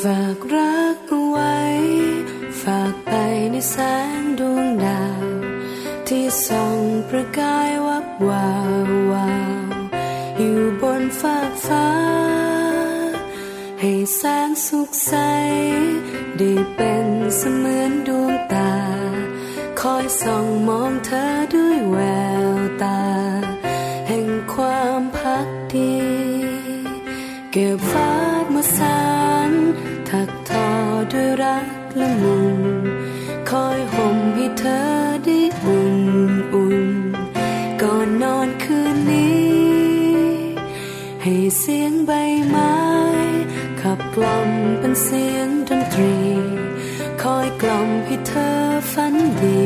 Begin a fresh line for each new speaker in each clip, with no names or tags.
ฝากรักเอาไว้ ฝากไปในแสงดวงดาว ที่ส่องประกายวับวาววาวอยู่บนฟากฟ้า ให้แสงสุขใส ได้เป็นเสมือนดวงตา คอยส่องมองเธอด้วยแววตา แห่งความพักดี เก็บฟ้ามาสานถักทอด้วยรักละมุนคอยห่มให้เธอได้อุ่นอุ่นก่อนนอนคืนนี้ ให้เสียงใบไม้ขับกล่อมเป็นเสียงดนตรี คอยกล่อมให้เธอฝันดี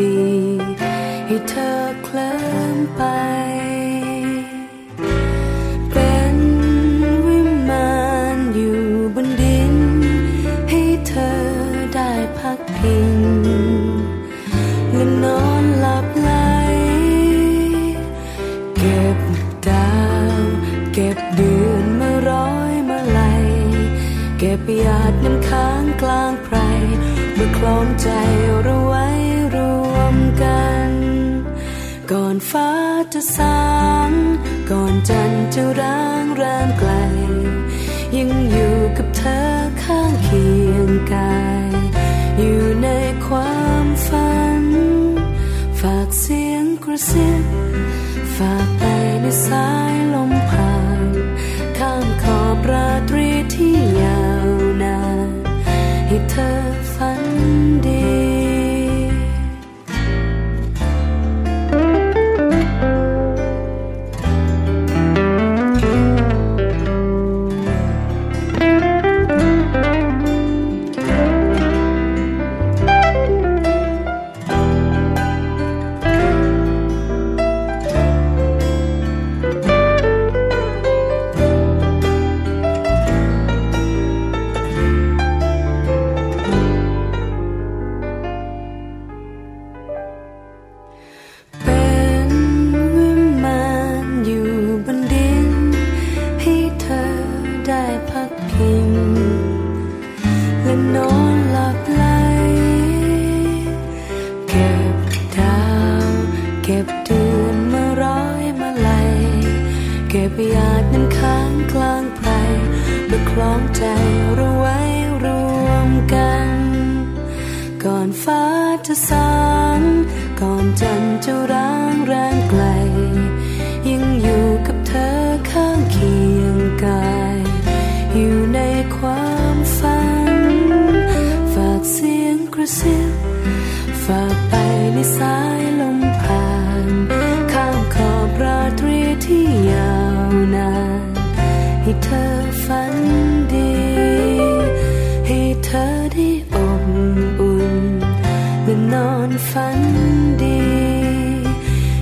ดีๆให้เธอเคลิ้มไป เป็นวิมานอยู่บนดิน ให้เธอได้พักพิงและนอนหลับไหล เก็บดาว เก็บเดือนมาร้อยมาไหลยเก็บหยาดน้ำค้างกลางไพรมาคล้องใจเราไว้รวมกัน ก่อนฟ้าจะสาง ก่อนจันทร์จะร้างรามไกล ยังอยู่กับเธอข้างเคียงกาย อยู่ในความฝัน ฝากเสียงกระซิบ ฝากไปในสายลมผ่านข้ามขอบราตรีที่ยาวนานให้เธอฝันดี เป็นวิมานอยู่บนดิน ให้เธอได้พักพิง และนอนหลับไหล เก็บดาว เก็บเดือนมาร้อยมาไหลยเก็บหยาดน้ำค้างกลางไพรมาคล้องใจเราไว้รวมกัน ก่อนฟ้าจะสาง ก่อนจันทร์จะร้างแรงไกล ยังอยู่กับเธอข้างเคียงกาย อยู่ในความฝัน ฝากเสียงกระซิบ ฝากไปในสายลมผ่าน ข้ามขอบราตรีที่ยาวนาน ให้เธอฝันดี ให้เธอได้อบอุ่นและนอนฝันดี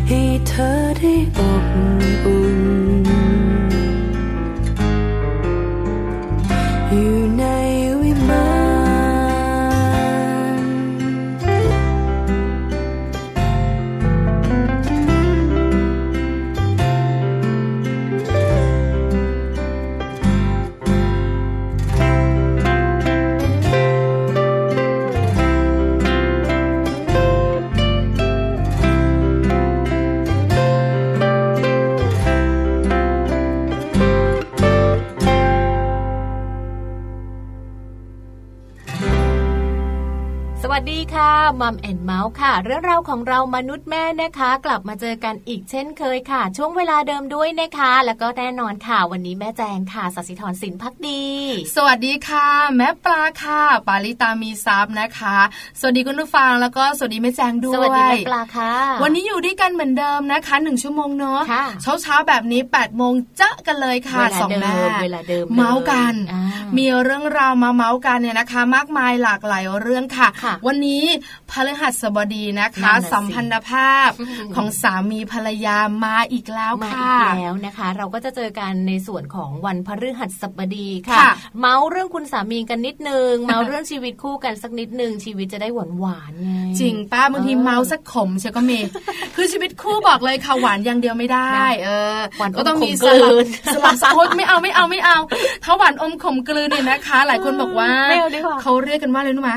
ให้เธอได้อบอุ่น อยู่ในวิมาน
สวัสดีค่ะมัมแอนเมาส์ค่ะ เรื่องราวของเรามนุษย์แม่นะคะ กลับมาเจอกันอีกเช่นเคยค่ะ ช่วงเวลาเดิมด้วยนะคะ แล้วก็แน่นอนค่ะ วันนี้แม่แจงค่ะสัสิธรสินพักดี
สวัสดีค่ะ แม่ปลาค่ะ ปาลิตามีซับนะคะ สวัสดีคุณผู้ฟังแล้วก็สวัสดีแม่แจงด้วย
สวัสดีแม่ปลาค่ะ
วันนี้อยู่ด้วยกันเหมือนเดิมนะคะหนึ่งชั่วโมงเนาะ
ค่ะ
เช้าเช้าๆแบบนี้8ปดโมงเจอกันเลยค่ะ
เวลา
สอง
เดิม
แม่
เวลาเดิม
เมาส์กัน
อ่า
มีเรื่องราวมาเมาส์กันเนี่ยนะคะ มากมายหลากหลายเรื่องค่ะ
ค่ะ
วันนี้พฤหัสบดีนะ
นั่
คะ
นน่ะสิ
สัมพันธภาพของสามีภรรยามาอีกแล้ว
มาอี
ค่ะ
กแล้วนะคะ เราก็จะเจอกันในส่วนของวันพฤหัสบดีค่ะ
ค่ะ
เมาเรื่องคุณสามีกันนิดนึง เมาเรื่องชีวิตคู่กันสักนิดนึง ชีวิตจะได้หวานหวานๆไง
จริงป้าบางที
เออ
เมาส์สักขมเชียวก็มี คือชีวิตคู่บอกเลยค่ะหวานอย่างเดียวไม่ได้ เออ
หวานอม
ก็ต้องมี
ขมก
ส
ลื
ลับ
น
ส ลับสะพดไม่เอาไม่เอาไม่เอา ถ้าหวานอมขมกลืนเนี่ยนะคะ หลายคนบอกว่า
ไม่เอาดีกว่า
เขาเรียกกันว่าอะไรรู้ไหม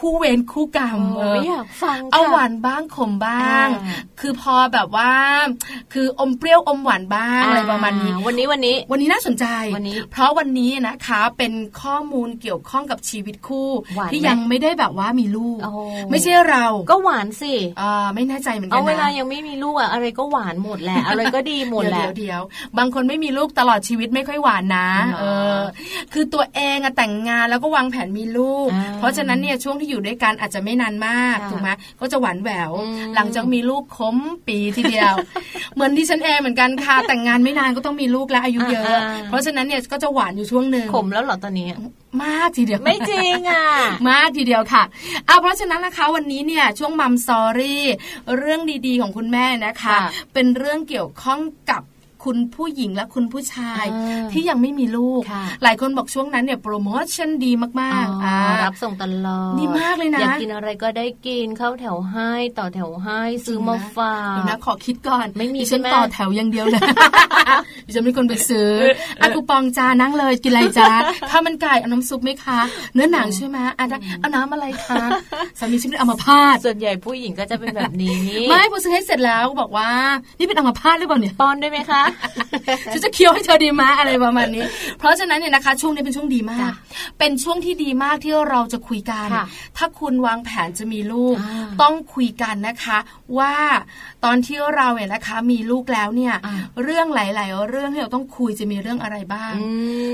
คู่เวรคู่กรรม
เออไม่อยากฟังค่ะ
เอาหวานบ้างขมบ้าง
อ่า
คือพอแบบว่า คืออมเปรี้ยวอมหวานบ้างอะไรประมาณนี้
อ่วันนี้วันนี้
วันนี้น่าสนใจ
วันนี้
เพราะวันนี้นะคะเป็นข้อมูลเกี่ยวข้องกับชีวิตคู่
หวานไหม
ที่ยังไม่ได้แบบว่ามีลูก
โอ้
ไม่ใช่เรา
ก็หวานสิ
เอ่อไม่แน่ใจเหมือนกั
เอา
น
เวลา
นะ
ยังไม่มีลูกอะอะไรก็หวานหมดแหละอะไรก็ดีหมดแหละ
เดี๋ยวเดี๋ยวบางคนไม่มีลูกตลอดชีวิตไม่ค่อยหวานนะ
หรอ
เออ คือตัวเองอะแต่งงานแล้วก็วางแผนมีลูก
อ่า
เพราะฉะนั้นเนี่ยช่วงที่อยู่ด้วยกันอาจจะไม่นานมาก
ค่ะ
ถูกไหมก็จะหวานแหวว
อืม
หลังจากมีลูกคมปีทีเดี ยว เหมือนที่ฉันเองเหมือนกันค่ะ แต่งงานไม่นานก็ต้องมีลูกและอายุเยอะ เพราะฉะนั้นเนี่ยก็จะหวานอยู่ช่วงหนึ่ง
ขมแล้วเหรอตอนนี้
มากทีเดียว
ไม่จริงอ่ะ
มากทีเดียวค่ะเอาเพราะฉะนั้นนะคะวันนี้เนี่ยช่วงมัมซอรี่เรื่องดีๆของคุณแม่นะคะ
ค่ะ
เป็นเรื่องเกี่ยวข้องกับคุณผู้หญิงและคุณผู้ชาย
อ่า
ที่ยังไม่มีลูก
ค่ะ
หลายคนบอกช่วงนั้นเนี่ยโปรโมชั่นดีมากๆา
รับส่งตลอด
ดีมากเลยนะ
อยากกินอะไรก็ได้กินเข้าแถวให้ต่อแถวให้ซื้อมาฝาก
เดี๋ยวนะขอคิดก่อน
ไม่มี
ดิฉัน
ใช่ไหม
ต่อแถวอย่างเดียวเลย ดิฉันเป็นคนไปซื้ออะคูปองจานั่งเลยกินอะไรจ้าข้าวมันไก่เอาน้ำซุปไหมคะ เนื้อหนังใช่ไหมอะได้เอาน้ำอะไร คะสามีฉันเป็นอัมพาต
ส่วนใหญ่ผู้หญิงก็จะเป็นแบบนี้
ไม่พอซื้อให้เสร็จแล้วบอกว่า นี่เป็นอัมพาตหรือเปล่า เนี่ย
ป้อนได้ไหมคะ
ฉันจะเคี้ยวให้เธอดีมาอะไรประมาณนี้ เพราะฉะนั้นเนี่ยนะคะ ช่วงนี้เป็นช่วงดีมาก
ค่ะ
เป็นช่วงที่ดีมากที่เราจะคุยกัน
ค่ะ
ถ้าคุณวางแผนจะมีลูก
อ่า
ต้องคุยกันนะคะ ว่าตอนที่เราเนี่ยนะคะ มีลูกแล้วเนี่ย
อ่า
เรื่องหลาย ๆ เรื่องที่เราต้องคุยจะมีเรื่องอะไรบ้าง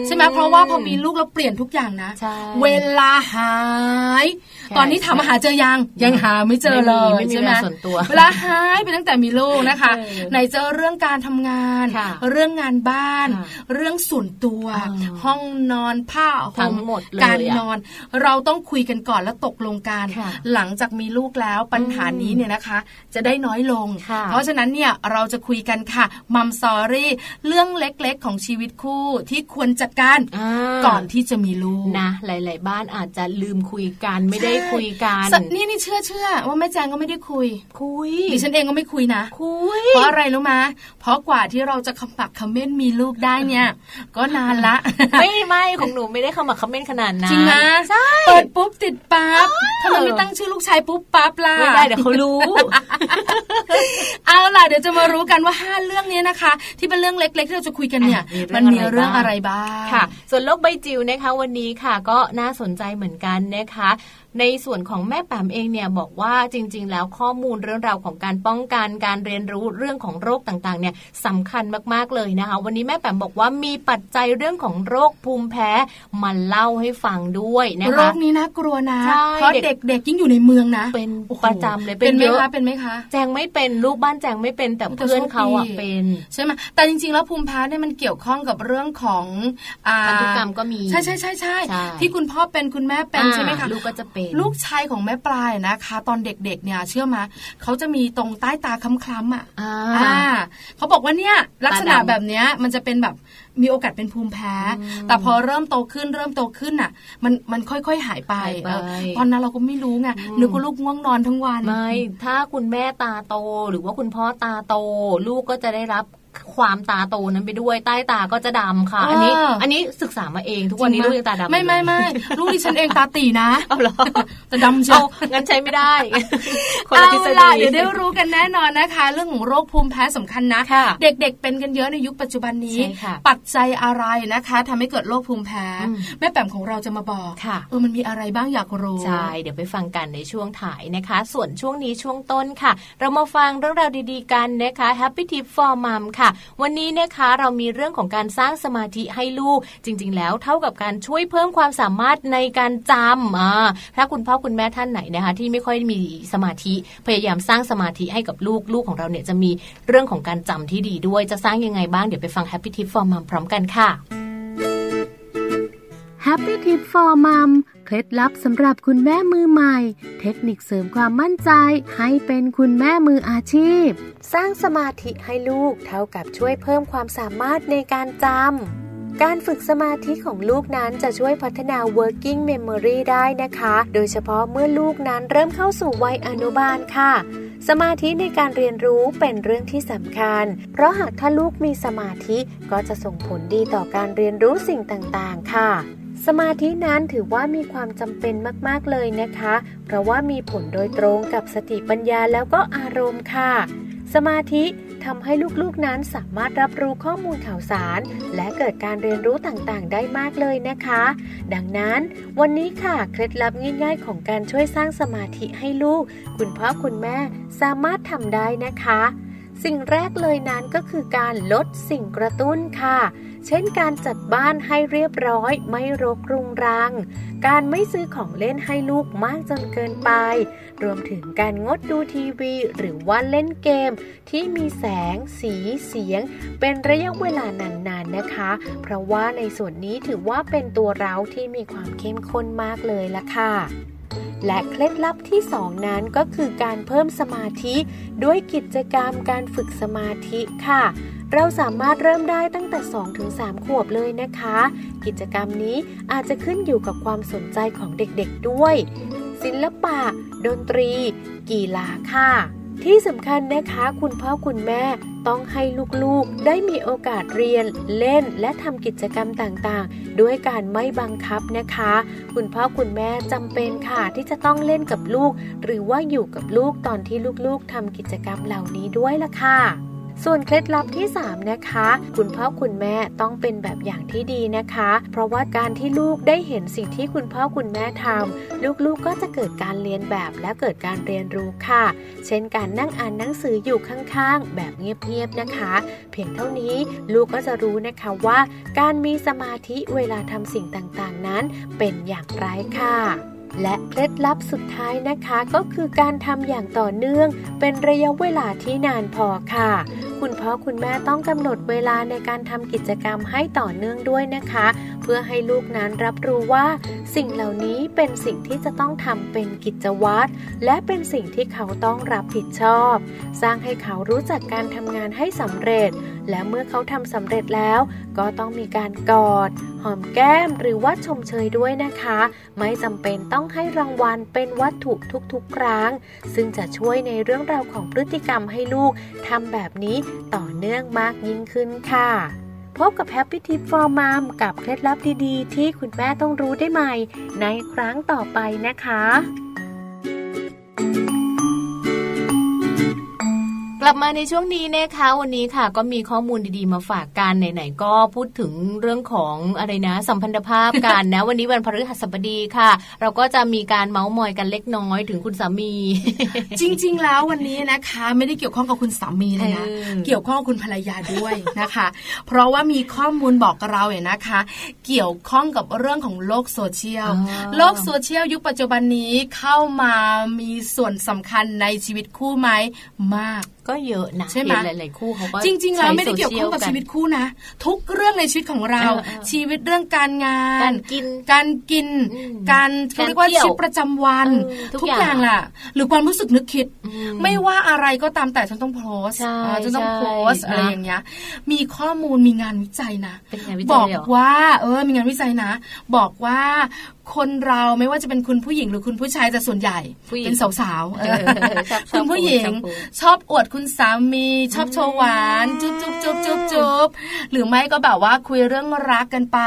ใช่ไหมเพราะว่าพอมีลูกแล้วเปลี่ยนทุกอย่างนะ
ใช่
เวลาหาย
ใช่
ตอนนี้ถามว่าหาเจอยังยังหาไม่เจอเลย
ไม่มี
ใช่ไห
เว
ม
ลาส่วนตัว
เวลาหายไปตั้งแต่มีลูกนะคะ
เออ
ไหนเจอเรื่องการทำงาน
ค่ะ
เรื่องงานบ้าน
ค่ะ
เรื่องส่วนตัว
อ่า
ห้องนอนผ้า
ทั้
ห่ม
งหมดเลย
การ
อะ
นอน เราต้องคุยกันก่อนแล้วตกลงกัน
ค่ะ
หลังจากมีลูกแล้วปัญหานี้เนี่ยนะคะ จะได้น้อยลง
ค่ะ
เพราะฉะนั้นเนี่ยเราจะคุยกันค่ะมัมซอรี่เรื่องเล็กๆ ของชีวิตคู่ที่ควรจัดการ
อ่า
ก่อนที่จะมีลูก
นะ หลาย ๆ บ้านอาจจะลืมคุยกันไม่ได้คุยกัน
สันี่นี่เชื่อเชื่อว่าแม่แจงก็ไม่ได้คุย
คุย
ดิฉันเองก็ไม่คุยนะ
คุย
เพราะอะไรรู้มะเพราะกว่าที่เราจะคำปักคำเม้นมีลูกได้ เนี่ย ก็นานละ
ไม่ไม่ของหนูไม่ได้เข้ามาคอมเมนต์ขนาดนั้น
จริงนะ
ใช่
เปิดปุ๊บติดปั๊บทำไมไม่ตั้งชื่อลูกชายปุ๊บปั๊บล่ะ
ไม่ได้เดี๋ยวเขารู้
เอาล่ะเดี๋ยวจะมารู้กันว่าห้าเรื่องเนี้ยนะคะ ที่เป็นเรื่องเล็กๆที่เราจะคุยกันเนี่ย
อ่ะมี
มัน
เรื่
มี
องอะไร
เรื่อง
บ้าง
อะไรบ้าง
ค่ะ ส่วนโลกใบจิ๋วนะคะ วันนี้ค่ะก็น่าสนใจเหมือนกันนะคะ ในส่วนของแม่แปมเองเนี่ยบอกว่าจริง ๆ แล้วข้อมูลเรื่องราวของการป้องกันการเรียนรู้เรื่องของโรคต่างๆเนี่ยสำคัญมากๆเลยนะคะ วันนี้แม่แปมบอกว่ามีปัจจัยเรื่องของโรคภูมิแพ้มาเล่าให้ฟังด้วยนะ
โร
คะ
คนี้น่ากลัวนะ
ใช่
เพราะ
เด็ก
เด็กๆยิ่งอยู่ในเมืองนะ
เป็น
โอ้โห
ประจำเลย
เป็นไหม
เยอะ
คะเป็นไหมคะ
แจงไม่เป็นลูกบ้านแจงไม่เป็นแต่เพื่อนเขาอะเป็น
ใช่ไหมแต่จริงๆ แล้วภูมิแพ้เนี่ยมันเกี่ยวข้องกับเรื่องของอ่า
พันธุกรรมก็มี
ใช่ใช่ใช่ใช่
ใช่
ที่คุณพ่อเป็นคุณแม่เป็นใช่ไหมคะ
อ่าลูกก็จะเป็น
ลูกชายของแม่ปลายนะคะ ตอนเด็กๆ เนี่ยเชื่อมาเขาจะมีตรงใต้ตาคล้ำๆอ่ะ
อ่า
อ่าเขาบอกว่าเนี่ยลักษณะ
ตาดำ
แบบเนี้ยมันจะเป็นแบบมีโอกาสเป็นภูมิแพ้ แต่พอเริ่มโตขึ้นเริ่มโตขึ้นอ่ะ มันมันค่อยๆหายไป
หายไป
เออตอนนั้นเราก็ไม่รู้ไงนึกว่าลูกง่วงนอนทั้งวัน
ไม่ ถ้าคุณแม่ตาโต หรือว่าคุณพ่อตาโต ลูกก็จะได้รับความตาโตนั้นไปด้วย ใต้ตาก็จะดำค่ะ อันนี้
อ่า
อันนี้ศึกษามาเอง ทุกวันนี้ลูกยังตาดำ
ไม่ไม่ไม่ลูกดิฉันเองตาตีนะ
เอาเหรอ
แต่ดำเชีย
เอา
ว
งั้นใช้ไม่ได้ คนละท
เอา
ฤษฎี
ล่ะเดี๋ยวได้รู้กันแน่นอนนะคะ เรื่องของโรคภูมิแพ้สำคัญนะ
ค่ะ
เด็กๆเป็นกันเยอะในยุคปัจจุบันนี้
ใช่ค่ะ
ปัจจัยอะไรนะคะทำให้เกิดโรคภูมิแพ้
อืม
แม่แปมของเราจะมาบอก
ค่ะ
เออมันมีอะไรบ้างอยากรู้
ใช่ เดี๋ยวไปฟังกันในช่วงถ่ายนะคะ ส่วนช่วงนี้ช่วงต้นค่ะ เรามาฟังเรื่องราวดีๆกันนะคะ Happy Tip for Mom ค่ะ วันนี้นะคะเรามีเรื่องของการสร้างสมาธิให้ลูก จริง ๆ แล้วเท่ากับการช่วยเพิ่มความสามารถในการจำอ่าถ้าคุณพ่อคุณแม่ท่านไหนนะคะ ที่ไม่ค่อยมีสมาธิ พยายามสร้างสมาธิให้กับลูกลูกของเราเนี่ยจะมีเรื่องของการจำที่ดีด้วยจะสร้างยังไงบ้างเดี๋ยวไปฟัง Happy Tip for Mom พร้อมกันค่ะ
h
Happy Tip for Mom เคล็ดลับสำหรับคุณแม่มือใหม่ เทคนิคเสริมความมั่นใจ ให้เป็นคุณแม่มืออาชีพ
สร้างสมาธิให้ลูกเท่ากับช่วยเพิ่มความสามารถในการจำ การฝึกสมาธิของลูกนั้นจะช่วยพัฒนา working memory ได้นะคะ โดยเฉพาะเมื่อลูกนั้นเริ่มเข้าสู่วัยอนุบาลค่ะ สมาธิในการเรียนรู้เป็นเรื่องที่สำคัญ เพราะหากถ้าลูกมีสมาธิก็จะส่งผลดีต่อการเรียนรู้สิ่งต่างๆ ค่ะ สมาธินั้นถือว่ามีความจำเป็นมากๆเลยนะคะ เพราะว่ามีผลโดยตรงกับสติปัญญาแล้วก็อารมณ์ค่ะ สมาธิทำให้ลูกๆนั้นสามารถรับรู้ข้อมูลข่าวสาร และเกิดการเรียนรู้ต่างๆ ได้มากเลยนะคะ ดังนั้นวันนี้ค่ะเคล็ดลับง่ายๆ ของการช่วยสร้างสมาธิให้ลูก คุณพ่อคุณแม่สามารถทำได้นะคะ สิ่งแรกเลยนั้นก็คือการลดสิ่งกระตุ้นค่ะ เช่นการจัดบ้านให้เรียบร้อย ไม่รกรุงรัง การไม่ซื้อของเล่นให้ลูกมากจนเกินไป รวมถึงการงดดูทีวี หรือว่าเล่นเกม ที่มีแสง สีเสียง เป็นระยะเวลานานๆนะคะ เพราะว่าในส่วนนี้ถือว่าเป็นตัวเราที่มีความเข้มข้นมากเลยละค่ะ และเคล็ดลับที่สองนั้นก็คือการเพิ่มสมาธิ ด้วยกิจกรรมการฝึกสมาธิค่ะ เราสามารถเริ่มได้ตั้งแต่ 2-3 ขวบเลยนะคะ กิจกรรมนี้อาจจะขึ้นอยู่กับความสนใจของเด็กๆด้วย ศิลปะ ดนตรี กีฬาค่ะ ที่สำคัญนะคะ คุณพ่อคุณแม่ต้องให้ลูกๆ ได้มีโอกาสเรียน เล่น และทำกิจกรรมต่างๆ ด้วยการไม่บังคับนะคะ คุณพ่อคุณแม่จำเป็นค่ะที่จะต้องเล่นกับลูก หรือว่าอยู่กับลูกตอนที่ลูกๆทำกิจกรรมเหล่านี้ด้วยล่ะค่ะ ส่วนเคล็ดลับที่ 3 นะคะ คุณพ่อคุณแม่ต้องเป็นแบบอย่างที่ดีนะคะ เพราะว่าการที่ลูกได้เห็นสิ่งที่คุณพ่อคุณแม่ทำลูกๆก็จะเกิดการเรียนแบบและเกิดการเรียนรู้ค่ะ เช่นการนั่งอ่านหนังสืออยู่ข้างๆ แบบเงียบๆนะคะ เพียงเท่านี้ลูกก็จะรู้นะคะว่า การมีสมาธิเวลาทำสิ่งต่างๆนั้นเป็นอย่างไรค่ะ และเคล็ดลับสุดท้ายนะคะก็คือการทำอย่างต่อเนื่อง เป็นระยะเวลาที่นานพอค่ะ คุณพ่อคุณแม่ต้องกำหนดเวลาในการทำกิจกรรมให้ต่อเนื่องด้วยนะคะ เพื่อให้ลูกนั้นรับรู้ว่า สิ่งเหล่านี้เป็นสิ่งที่จะต้องทำเป็นกิจวัตรและเป็นสิ่งที่เขาต้องรับผิดชอบ สร้างให้เขารู้จักการทำงานให้สำเร็จ และเมื่อเขาทำสำเร็จแล้ว ก็ต้องมีการกอด หอมแก้มหรือว่าชมเชยด้วยนะคะ ไม่จำเป็นต้องให้รางวัลเป็นวัตถุทุกๆ ครั้ง ซึ่งจะช่วยในเรื่องราวของพฤติกรรมให้ลูกทำแบบนี้ต่อเนื่องมากยิ่งขึ้นค่ะ พบกับแฮปปี้ทิปฟอร์มามกับเคล็ดลับดีๆ ที่คุณแม่ต้องรู้ได้ใหม่ ในครั้งต่อไปนะคะ
กลับมาในช่วงนี้นะคะวันนี้ค่ะก็มีข้อมูลดีๆมาฝากกันไหนๆก็พูดถึงเรื่องของอะไรนะ สัมพันธภาพกันนะ วันนี้วันพฤหัสบดีค่ะ เราก็จะมีการเมาส์มอยกันเล็กน้อยถึงคุณสามี
จริง ๆ แล้ววันนี้นะคะ ไม่ได้เกี่ยวข้องกับคุณสามีเลยนะ
เออ
เกี่ยวข้องกับคุณภรรยาด้วยนะคะ เพราะว่ามีข้อมูลบอกเราเนี่ยนะคะ เกี่ยวข้องกับเรื่องของโลกโซเชียลโลกโซเชียลยุคปัจจุบันนี้เข้ามามีส่วนสำคัญในชีวิตคู่ไหมมาก
ก็เยอะนะ
ใช่ไหม
เนหลายๆคู่เขาก็
จริง ๆ แล้วไม่ได้
ใช้
เกี่ยวข้องกับ
social
ชีวิตคู่นะ ทุกเรื่องในชีวิตของเรา
เออเออ
ชีวิตเรื่อง การงาน
การกิน
การกิน
อืม
การเขาเรียกว่า
การเที่ยว
ชีวิตประจำวัน
เออทุก
ทุก
อย่าง
อย่างล่ะ หรือความรู้สึกนึกคิด
อื
ไม่ว่าอะไรก็ตามแต่ฉันต้องโพสต์
ใช่
อ่าฉันต้อง
ใช่
โพสต์
นะ
อะไรอย่างเงี้ย มีข้อมูลมีงานวิจัยนะ
เป็นไงวิ
บ
จั
อย ก
เลยเหรอ
ว่า เออ มีงานวิจัยนะ บอกว่า คนเราไม่ว่าจะเป็นคุณผู้หญิงหรือคุณผู้ชายแต่ส่วนใหญ่
ผู้หญิง
เป็นสาวๆเออ
เออชอบชอบ
คุณผู้หญิง
ชอบผู้
ชอบอวดคุณสามี ชอบโชว์หวานจุ๊บจุ๊บจุ๊บจุ๊บจุ๊บหรือไม่ก็แบบว่าคุยเรื่องรักกันไป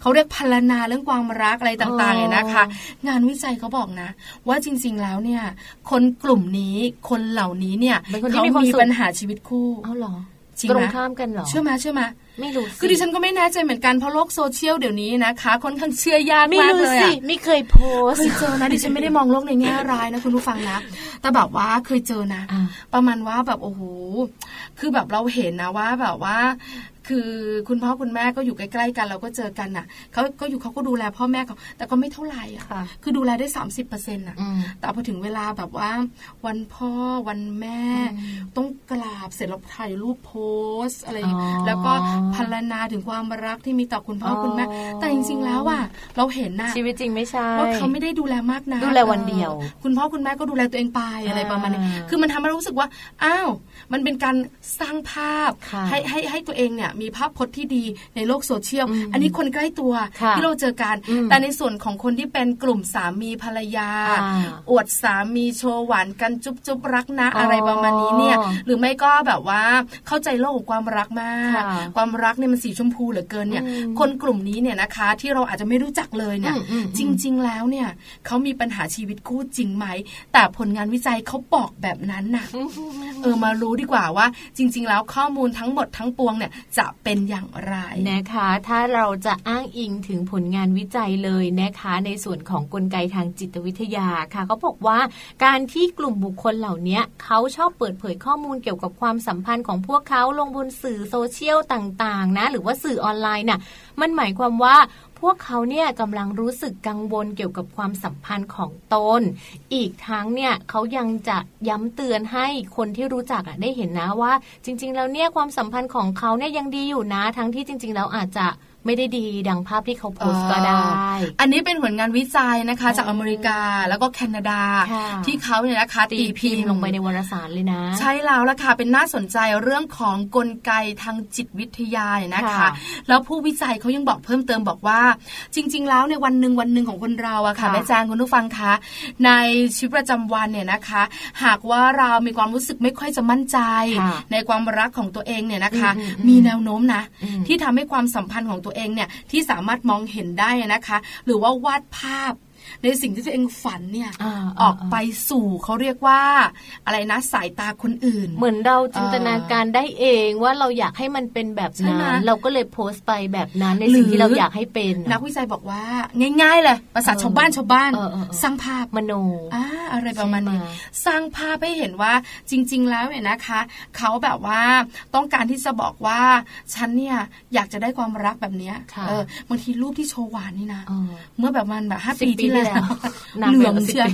เขาเรียกพรรณนาเรื่องความรักอะไรต่าง
อ๋อ
ๆเนี่ยนะคะ งานวิจัยเขาบอกนะ ว่าจริง ๆแล้วเนี่ย คนกลุ่มนี้คนเหล่านี้เนี่ย
เป็นคนที่
เขา
มีความ
มี
สุข
ปัญหาชีวิตคู่
เอาเหรอ
จริง
ตร
ไหม
งข้ามกันเหรอ
เชื่อไหมยเชื่อไหมย
ไม่รู้สิ
คือดิฉันก็ไม่แน่ใจเหมือนกันเพราะโลกโซเชียลเดี๋ยวนี้นะคะค่อนข้างเชื่อยาก
ไม่
มาก
รู้
เลย
สิ
อะ
ไม่เคยโพสต์
เคยเจอนะดิฉันไม่ได้มองโลกในแง่ร้ายนะคุณผู้ฟังนะแต่แบบว่าเคยเจอนะ
อ่ะ
ประมาณว่าแบบโอ้โหคือแบบเราเห็นนะว่าแบบว่า คือคุณพ่อคุณแม่ก็อยู่ใกล้ๆกันเราก็เจอกันน่ะเขาก็อยู่เขาก็ดูแลพ่อแม่เขาแต่ก็ไม่เท่าไหร่อะ
ค่ะ
คือดูแลได้สามสิบเปอร์เซ็นต์อะ
อืม
แต่พอถึงเวลาแบบว่า วันพ่อวันแม่ ต้องกราบเสร็จแล้วถ่ายรูปโพสต์อะไรอย่างเงี้ย
อ๋อ
แล้วก็ พรรณนาถึงความรักที่มีต่อคุณพ่ออคุณแม่ แต่จริงๆแล้วอ่ะเราเห็นน่ะ
ชีวิตจริงไม่ใช่
ว่าเขาไม่ได้ดูแลมากนะ
ดูแลวันเดียว
ออคุณพ่อคุณแม่ก็ดูแลตัวเองไปอะไรประมาณนี้
อ่า
คือมันทำให้เรารู้สึกว่าอ้าวมันเป็นการสร้างภาพ
ค่ะ
ให้ให้ให้ตัวเองเนี่ยมีภาพพจน์ที่ดีในโลกโซเชียล
อืม
อันนี้คนใกล้ตัว
ค่ะ
ที่เราเจอกัน
อืม
แต่ในส่วนของคนที่เป็นกลุ่มสามีภรรยา
อ่า
อวดสามีโชว์หวานกันจุ๊บจุ๊บรักนะอะไรประมาณนี้เนี่ย
อ๋อ
หรือไม่ก็แบบว่าเข้าใจโลกของความรักมาก
ค่ะ
ความรักเนี่ยมันสีชมพูเหลือเกินเนี่ย
อืม
คนกลุ่มนี้เนี่ยนะคะ ที่เราอาจจะไม่รู้จักเลยเนี่ย
อืมอืมอืม
จริง ๆ แล้วเนี่ยเขามีปัญหาชีวิตคู่จริงไหม แต่ผลงานวิจัยเขาบอกแบบนั้น น่ะเออมารู้ดีกว่าว่า จริง ๆ แล้วข้อมูลทั้งหมดทั้งปวงเนี่ยจะเป็นอย่างไร
นะคะ ถ้าเราจะอ้างอิงถึงผลงานวิจัยเลยนะคะ ในส่วนของกลไกทางจิตวิทยาค่ะเขาบอกว่า การที่กลุ่มบุคคลเหล่านี้เขาชอบเปิดเผยข้อมูลเกี่ยวกับความสัมพันธ์ของพวกเขาลงบนสื่อโซเชียลต่างๆ นะ หรือว่าสื่อออนไลน์น่ะ มันหมายความว่าพวกเขาเนี่ยกำลังรู้สึกกังวลเกี่ยวกับความสัมพันธ์ของตน อีกทั้งเนี่ยเขายังจะย้ำเตือนให้คนที่รู้จักอะได้เห็นนะว่า จริง ๆ แล้วเนี่ยความสัมพันธ์ของเขาเนี่ยยังดีอยู่นะ ทั้งที่จริง ๆ แล้วอาจจะไม่ได้ดีดังภาพที่เขาโพสต์ก็ได้
อันนี้เป็นผลงานวิจัยนะคะ จาก
อ่า
อเมริกาแล้วก็แคนาดา
ค่ะ
ที่เขาเนี่ยนะคะ
ตีพิมพ์ลงไปในวารสารเลยนะ
ใช่แล้วล่ะค่ะ เป็นน่าสนใจเรื่องของกลไกทางจิตวิทยาเนี่ยนะคะ
ค่ะ
แล้วผู้วิจัยเขายังบอกเพิ่มเติมบอกว่า จริง ๆ แล้วในวันหนึ่งวันหนึ่งของคนเราอะค่ะ
ค่ะ
แม่แจงคุณผู้ฟังคะในชีวิตประจำวันเนี่ยนะคะ หากว่าเรามีความรู้สึกไม่ค่อยจะมั่นใจ
ค่ะ
ในความรักของตัวเองเนี่ยนะคะ
อืมอืม
มีแนวโน้มนะ
อืม
ที่ทำให้ความสัมพันธ์ของตัวเองเนี่ยที่สามารถมองเห็นได้นะคะ หรือว่าวาดภาพ ในสิ่งที่ตัวเองฝันเนี่ย
อ่า
ออกไปสู่เขาเรียกว่า อะไรนะสายตาคนอื่น
เหมือนเราจินตนาการได้เองว่าเราอยากให้มันเป็นแบบนั้
ใช่ไห
น
ม
เราก็เลยโพสต์ไปแบบนั้นในสิ่ง
หรือ
ที่เราอยากให้เป็น
นักวิจัยบอกว่า ง่าย ๆ เลยภาษา
เออ
ชาวบ้านชาวบ้าน
เออเออเออ
สร้างภาพ
มโน
อ่าอะไรประมาณนี้
ใช่ไหม
สร้างภาพให้เห็นว่าจริง ๆ แล้วเนี่ยนะคะ เขาแบบว่าต้องการที่จะบอกว่า ฉันเนี่ยอยากจะได้ความรักแบบเนี้ย
ค่ะ
เออบางทีรูปที่โชว์หวานนี่นะ
เออ
เมื่อแบบมันแบบห้า
สิบ
ปี
ปี
ที่
ที่
แล้ว
แล้วนาน
เห
ไป
ลือง
แล้วสิบ
เชียว
ปี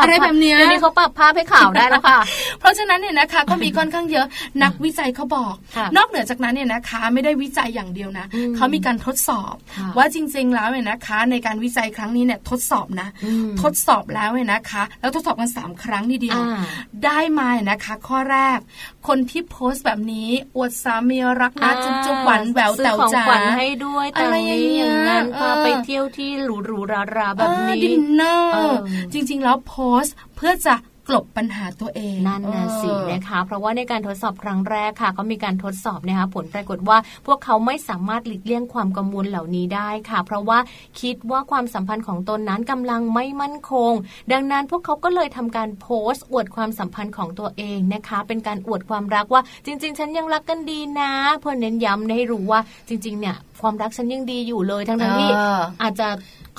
อะไรแบบเนี้ย
ดี๋ยวนี้เขาปรับภาพให้ขาวได้แล้วค่ะ
เพราะฉะนั้นเนี่ยนะคะก็มีค่อนข้างเยอะนักวิจัยเขาบอก
ค่ะ
นอกเหนือจากนั้นเนี่ยนะคะ ไม่ได้วิจัยอย่างเดียวนะ
อืม
เขามีการทดสอบ
ค่ะ
ว่าจริงๆแล้วเนี่ยนะคะ ในการวิจัยครั้งนี้เนี่ยทดสอบนะ
อืม
ทดสอบแล้วเนี่ยนะคะ แล้วทดสอบกันสามครั้งทีเดียว
อ่า
ได้มาเนี่ยนะคะ ข้อแรก คนที่โพสต์แบบนี้อวดสามีรักนะ
า
จุ๊บจุ๊บหวานแหวว
ซื้อ
แต๋ว
ของ
จ๋า
ขวัญให้ด้วยแต่
อะไร
ง
อย่าง
นี้อ
เงี้ย
ย่างนั้น
เออ
พาไปเที่ยวที่หรูหรูราราๆแบบนี้
ดินเนอ
เออ
ร์จริง ๆ แล้วโพสต์เพื่อจะกลบปัญหาตัวเอง
นั่นนะสิ
เออ
นะคะ เพราะว่าในการทดสอบครั้งแรกค่ะ ก็มีการทดสอบนะคะ ผลปรากฏว่าพวกเขาไม่สามารถหลีกเลี่ยงความกังวลเหล่านี้ได้ค่ะ เพราะว่าคิดว่าความสัมพันธ์ของตนนั้นกำลังไม่มั่นคง ดังนั้นพวกเขาก็เลยทำการโพสต์ อวดความสัมพันธ์ของตัวเองนะคะ เป็นการอวดความรักว่าจริง ๆ ฉันยังรักกันดีนะ เพื่อเน้นย้ำให้รู้ว่าจริง ๆ เนี่ย ความรักฉันยังดีอยู่เลยทั้งๆที่
เออ
อาจจะ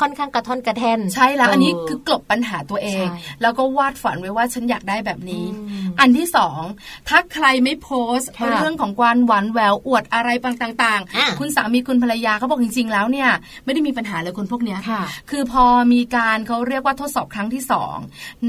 ค่อนข้างกระท่อนกระแทน
ใช่แล้ว อันนี้
เ
คือกลบปัญหาตัวเอง
ใช่
แล้วก็วาดฝันไว้ว่าฉันอยากได้แบบนี้
อืม
อันที่สองถ้าใครไม่โพสต์
ค่ะ
เรื่องของความหวานแหววอวดอะไรต่าง
อ่ะ
ๆ คุณสามีคุณภรรยาเขาบอกจริง ๆ แล้วเนี่ย ไม่ได้มีปัญหาเลยคนพวกเนี้ย
ค่ะ
คือพอมีการเขาเรียกว่าทดสอบครั้งที่สอง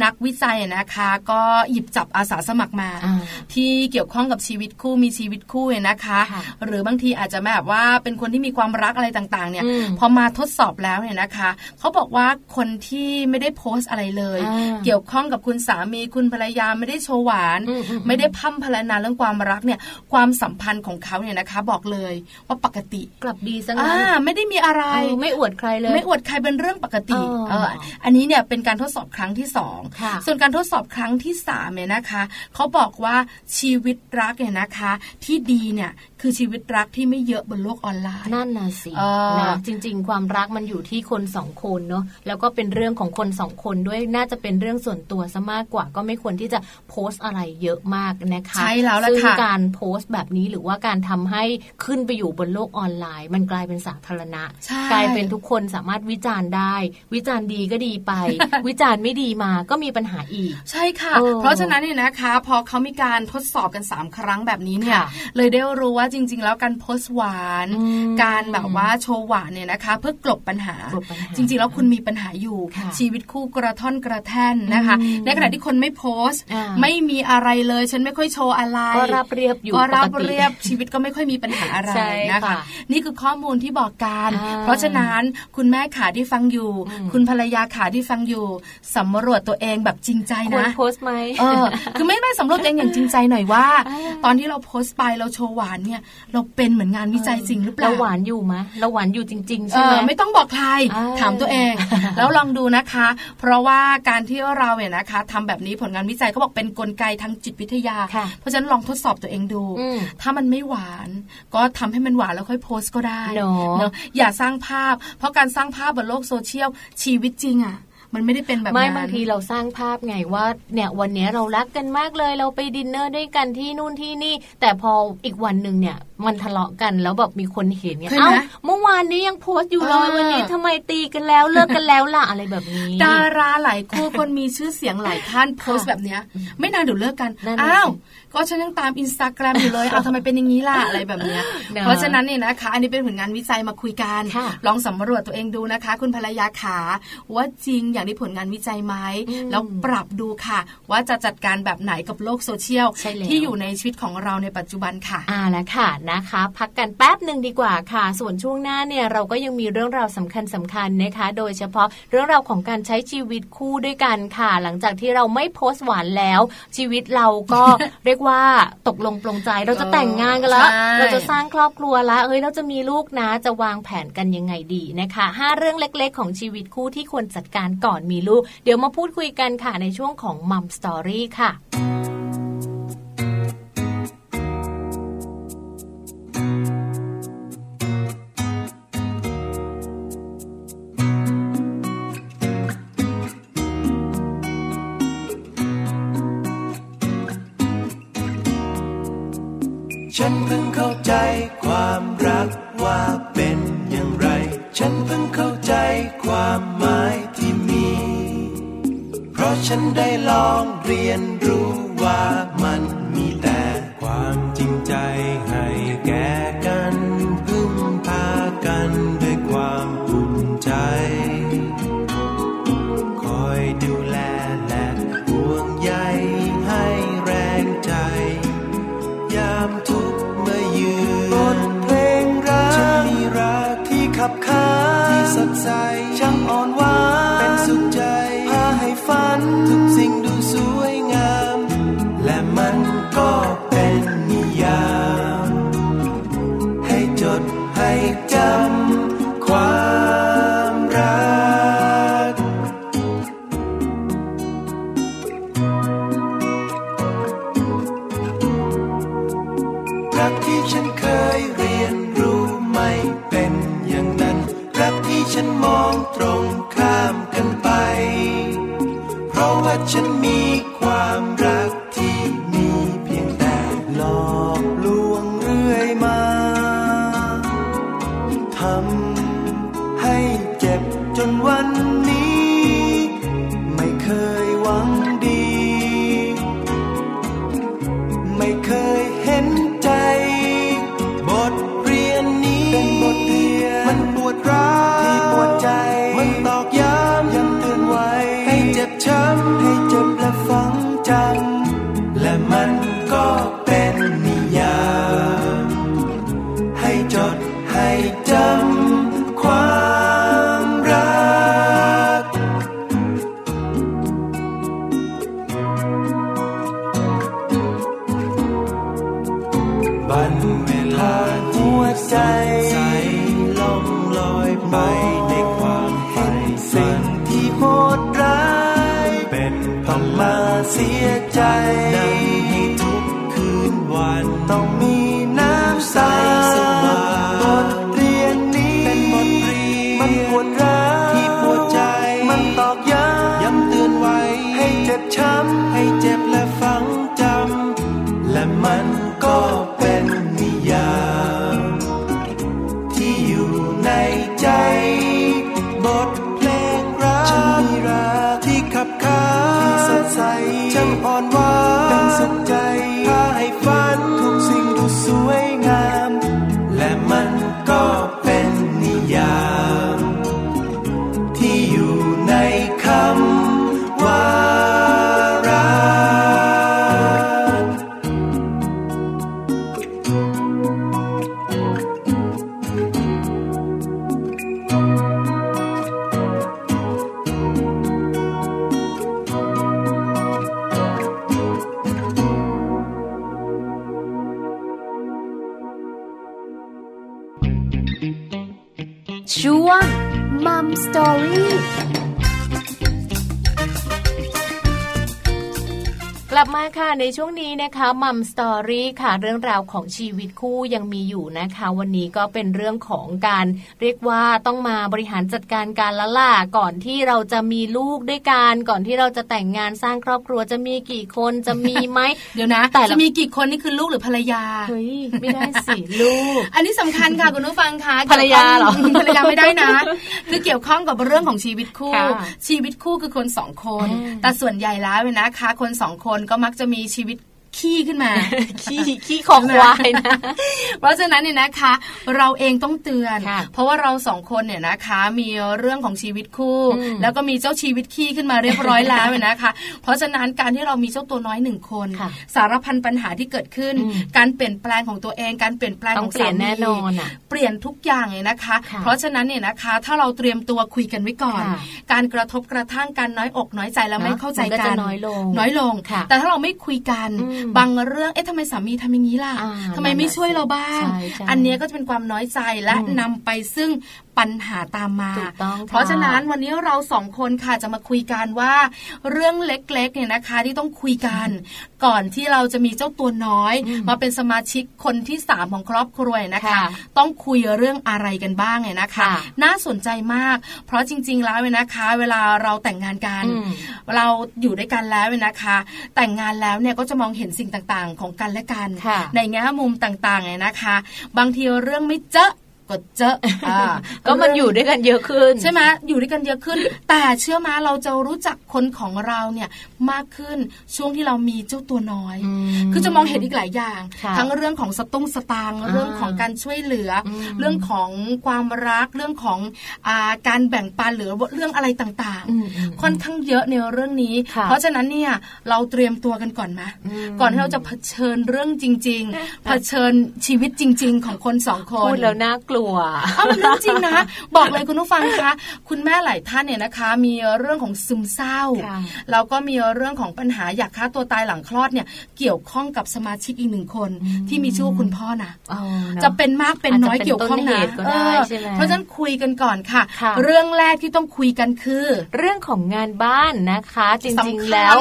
นักวิจัยนะคะ ก็หยิบจับอาสาสมัครมา
อ่า
ที่เกี่ยวข้องกับชีวิตคู่มีชีวิตคู่เนี่ยนะคะ
ค่ะ
หรือบางทีอาจจะแบบว่าเป็นคนที่มีความรักอะไรต่างๆเนี่ย
อืม
พอมาทดสอบแล้วเนี่ยนะคะ เขาบอกว่าคนที่ไม่ได้โพสต์อะไรเลย
อ่า
เกี่ยวข้องกับคุณสามีคุณภรรยาไม่ได้โชว์หวาน
อืมอืม
ไม่ได้พร่ำพรรณนาเรื่องความรักเนี่ย ความสัมพันธ์ของเขาเนี่ยนะคะ บอกเลยว่าปกติ
กลับดีซะงั้น
อ่าไม่ได้มีอะไร
เออไม่อวดใครเลย
ไม่อวดใครเป็นเรื่องปกติ
อ๋อ
เอออันนี้เนี่ยเป็นการทดสอบครั้งที่สอง
ค่ะ
ส่วนการทดสอบครั้งที่สามเนี่ยนะคะ เขาบอกว่าชีวิตรักเนี่ยนะคะ ที่ดีเนี่ยคือชีวิตรักที่ไม่เยอะบนโลกออนไลน์
นั่นน่ะสิ
เออ
นะจริง ๆ ความรักมันอยู่ที่คนสองคนเนาะแล้วก็เป็นเรื่องของคนสองคนด้วยน่าจะเป็นเรื่องส่วนตัวซะมากกว่า ก็ไม่ควรที่จะโพสต์อะไรเยอะมากนะคะ
ใช่แล้วล่ะ
ซึ่ง
ค่ะ
การโพสต์แบบนี้หรือว่าการทำให้ขึ้นไปอยู่บนโลกออนไลน์ มันกลายเป็นสาธารณะ
ใช่
กลายเป็นทุกคนสามารถวิจารณ์ได้ วิจารณ์ดีก็ดี ไป วิจารณ์ไม่ดีมาก็มีปัญหาอีก
ใช่ค่ะ
เออ
เพราะฉะนั้นเนี่ยนะคะ พอเขามีการทดสอบกัน 3 ครั้งแบบนี้เนี่ย
ค่ะ
เลยได้รู้ว่า จริง ๆ แล้วการโพสต์หวาน
อืม
การแบบว่าโชว์หวานเนี่ยนะคะ เพื่อกลบปัญหา
กลบปัญหา
จริง ๆ แล้วคุณมีปัญหาอยู่
ค่ะ
ชีวิตคู่กระท่อนกระแท่นนะคะ
อืม
ในขณะที่คนไม่โพสต์
อ่า
ไม่มีอะไรเลย ฉันไม่ค่อยโชว์อะไร
ก็ราบเรียบอยู่
ก็ราบ
ปติ
เรียบชีวิตก็ไม่ค่อยมีปัญหาอะไร
ใช่
นะ
ค่ะ
คะ นี่คือข้อมูลที่บอกกัน
อ่า
เพราะฉะนั้นคุณแม่ขาที่ฟังอยู่
อืม
คุณภรรยาขาที่ฟังอยู่สำรวจตัวเองแบบจริงใจ
ควร
นะ
โพสต์ไหม
เออคือไม่ไม่สำรวจตัวเองอย่างจริงใจหน่อยว่า
อ่า
ตอนที่เราโพสต์ไปเราโชว์หวานเนี่ย เราเป็นเหมือนงานวิจัยจริงหรือเปล่า
เราหวานอยู่มะเราหวานอยู่จริง ๆ
เอ
ใช่ไหม
อไม่ต้องบอกใคร
อ่า
ถามตัวเอง แล้วลองดูนะคะ เพราะว่าการที่เราเนี่ยนะคะทำแบบนี้ผลงานวิจัยเขาบอกเป็นกลไกทางจิตวิทยา
ค่ะ
เพราะฉะนั้นลองทดสอบตัวเองดู
อืม
ถ้ามันไม่หวาน ก็ทำให้มันหวานแล้วค่อยโพสต์ก็ได้
เนอะ
เนอะอย่าสร้างภาพ เพราะการสร้างภาพบนโลกโซเชียลชีวิตจริงอ่ะ มันไม่ได้เป็นแบบ
ไม่
นั้น
บางทีเราสร้างภาพไงว่าเนี่ยวันเนี้ยเรารักกันมากเลยเราไปดินเนอร์ด้วยกันที่นู่นที่นี่ แต่พออีกวันหนึ่งเนี่ย มันทะเลาะกันแล้วแบบมีคนเห็นไง
เคยไหม
เอ้าเมื่อวานนี้ยังโพสต์อยู่เลย
เออ
วันนี้ทำไมตีกันแล้วเลิกกันแล้วล่ะอะไรแบบนี้
ดาราหลายคู่ คนมีชื่อเสียงหลายท่านโพสต์แบบเนี้ย ไม่นานเดี๋ยวเลิกกัน
นั่นน่ะ
อ้าว ก็ฉันยังตามอินสตาแกรมอยู่เลย เอาทำไมเป็นอย่างนี้ ล่ะอะไรแบบเนี้ย
เนอะ
เพราะฉะนั้นเนี่ยนะคะ อันนี้เป็นผลงานวิจัยมาคุยกัน
ค่ะ
ลองสำรวจตัวเองดูนะคะ คุณภรรยาขาว่าจริงอย่างที่ผลงานวิจัยไหมแล้วปรับดูค่ะ ว่าจะจัดการแบบไหนกับโลกโซเชียล
ใช่แล้ว
ที่อยู่ในชีวิตของเราในปัจจุบันค่ะ
อ่าแล้วค่ะนะคะ พักกันแป๊บหนึ่งดีกว่าค่ะ ส่วนช่วงหน้าเนี่ยเราก็ยังมีเรื่องราวสำคัญสคัญๆนะคะ โดยเฉพาะเรื่องราวของการใช้ชีวิตคู่ด้วยกันค่ะ หลังจากที่เราไม่โพสต์หวานแล้ว ชีวิตเราก็ เรียกว่าตกลงปลงใจเราจะแต่งงานกันแล้ว
ใช่
เราจะสร้างครอบครัวละเอ้ยเราจะมีลูกนะจะวางแผนกันยังไงดีนะคะห้าเรื่องเล็กๆ ของชีวิตคู่ที่ควรจัดการก่อนมีลูก เดี๋ยวมาพูดคุยกันค่ะในช่วงของมัมสตอรี่ค่ะ
ฉันเพิ่งเข้าใจความรักว่าเป็นอย่างไร ฉันเพิ่งเข้าใจความหมายที่มี เพราะฉันได้ลองเรียนรู้ว่ามันมีแต่ความจริงใจให้แก่กันพึ่งพากันด้วยความอุ่นใจ คอยดูแลและห่วงใยให้แรงใจ ยามทุกข์มาเยือนบทเพลงรัก ฉันมีรักที่ขับขานที่สดใส ช่างอ่อนหวาน เป็นสุขใจ พาให้ฝัน ทุกสิ่งดูสวยงาม และมันก็เป็นนิยาม ให้จดให้จำความรัก รักที่ฉันเคยเรียนรู้ไม่เป็นอย่างนั้น รักที่ฉันมองตรงข้ามกันไป เพราะว่าฉันมีความรักที่มีเพียงแต่หลอกลวงเรื่อยมาทำให้เจ็บจนวันนี้ ไม่เคยหวังดี ไม่เคยเห็นใจ บทเรียนนี้เป็นบทเรียนมันปวดร้าวที่ปวดใจ มันตอกย้ำย้ำเตือนไว้ ให้เจ็บช้ำให้เจ็บและฝังจำและมันก็เป็นนิยามให้จดให้จำความรัก บันเวลาหัวใจใสล่องลอยไปในความเห็นสิ่งที่โหดร้าย เป็นต้องมาเสียใจนั่งให้ทุกคืนวันต้องมีน้ำตาสมบทเรียนนี้เป็นบทเรียนมันปวดร้าวที่ปวดใจ มันตอกย้ำย้ำเตือนไว้ ให้เจ็บช้ำให้เจ็บและฝังจำ และมันก็เป็นนิยาม
ช่วงมัมสตอรี่
กลับมาค่ะในช่วงนี้นะคะมัมสตอรี่ค่ะเรื่องราวของชีวิตคู่ยังมีอยู่นะคะ วันนี้ก็เป็นเรื่องของการเรียกว่าต้องมาบริหารจัดการการละล่ะก่อนที่เราจะมีลูกด้วยกันก่อนที่เราจะแต่งงานสร้างครอบครัวจะมีกี่คนจะมีไหม
เดี๋ยวนะ
แต่ละ
จะมีกี่คนนี่คือลูกหรือภรรยา
เฮ้ยไม่ได้สิลูก
อันนี้สำคั ญค่ะ คุณผู้ฟังคะ
ภรรยาเหรอ
กี่ยวข้ง ภรรยาไม่ได้นะ คือเกี่ยวข้องกับเรื่องของชีวิตคู่
ค่ะ
ชีวิตคู่คือคนสองคน
อ่า
แต่ส่วนใหญ่แล้วเนี่ยนะคะ คนสองคนก็มักจะมีชีวิตขี้ขึ้นมา
ขี้ขี้คอควายนะ
เพราะฉะนั้นเนี่ยนะคะ เราเองต้องเตือน
ค่ะ
เพราะว่าเราสองคนเนี่ยนะคะ มีเรื่องของชีวิตคู่
อืม
แล้วก็มีเจ้าชีวิตขี้ขึ้นมาเรียบร้อยแล้วเนี่ย นะคะ เพราะฉะนั้นการที่เรามีเจ้าตัวน้อยหนึ่งคน
ค่ะ
สารพันปัญหาที่เกิดขึ้น
อืม การ
การเปลี่ยนแปลงของตัวเอง การเปลี่ยนแปลง
ต้อ
ข
ง
อง
เป
สา
ลี่ยน
มี
แน่นอนอ่ะ
เปลี่ยนทุกอย่างเลยนะคะ
ค่ะ
เพราะฉะนั้นเนี่ยนะคะ ถ้าเราเตรียมตัวคุยกันไว้ก่อน
ค่ะ
การกระทบกระทั่งการน้อยอกน้อยใจแล้ว
เนอะ
ไม่เข้าใจ
มันก็
กั
จะ
น
น้อยลง
น้อยลง
ค่ะ
แต่ถ้าเราไม่คุยกัน
อืม
บางเรื่องเอ๊ะทำไมสามีทำอย่างนี้ล่ะ
อ่า
ทำไมไม่ช่วยเราบ้าง
ใช่ใช่
อันเนี้ยก็จะเป็นความน้อยใจและ
อืม
นำไปซึ่งปัญหาตามมา
ถูกต้องค่ะ
เพราะฉะนั้นวันนี้เราสองคนค่ะจะมาคุยกันว่า เรื่องเล็กๆเนี่ยนะคะที่ต้องคุยกัน ก่อนที่เราจะมีเจ้าตัวน้อย
อืม
มาเป็นสมาชิกคนที่สามของครอบครัวนะคะ
ค่ะ
ต้องคุยเรื่องอะไรกันบ้างเนี่ยนะคะ
ค่ะ
น่าสนใจมาก เพราะจริง ๆ แล้วเนี่ยนะคะ เวลาเราแต่งงานกัน
อืม
เราอยู่ด้วยกันแล้วเนี่ยนะคะ แต่งงานแล้วเนี่ยก็จะมองเห็นสิ่งต่างๆ ของกันและกัน
ค่ะ
ในแง่มุมต่างๆเนี่ยนะคะ บางทีเรื่องไม่เจอะก็เจอะ อ่า
ก็มันอยู่ด้วยกันเยอะขึ้น
ใช่ไหมอยู่ด้วยกันเยอะขึ้น แต่เชื่อมาเราจะรู้จักคนของเราเนี่ยมากขึ้นช่วงที่เรามีเจ้าตัวน้อย
อืม
คือจะมองเห็นอีกหลายอย่าง
ค่ะ
ทั้งเรื่องของสตุ้งสตางค์
อ่า
เรื่องของการช่วยเหลืออ
ม
เรื่องของความรักเรื่องของอาการแบ่งปันหรือเรื่องอะไรต่าง
อืมอืม
ๆ ค่อนข้างเยอะในเรื่องนี้
ค่ะ
เพราะฉะนั้นเนี่ยเราเตรียมตัวกันก่อนไหมก่อนที่เราจะเผชิญเรื่องจริง ๆ เผชิญชีวิตจริง ๆ ของคนสองคน
พูดแล้วน่ากลัว
เอามันเรื่องจริงนะ บอกเลยคุณผู้ฟังคะคุณแม่หลายท่านเนี่ยนะคะ มีเรื่องของซึมเศร้า
ค่ะ
แล้วก็มีเรื่องของปัญหาอยากฆ่าตัวตายหลังคลอดเนี่ยเกี่ยวข้องกับสมาชิกอีกหนึ่งคน
อืม
ที่มีชื่อว่าคุณพ่อนะ
เอออ
จะเป็นมากเป็นน้อย
อาจจะเป็น
เกี่ยวข้อง
ต้นเห
นะ
ตุก็ได้
เออ
ใช่ไหม
เพราะฉะนั้นคุยกันก่อนค่ะ
ค่ะ
เรื่องแรกที่ต้องคุยกันคือ
เรื่องของงานบ้านนะคะ จริง
สำคัญ
ๆแล้ว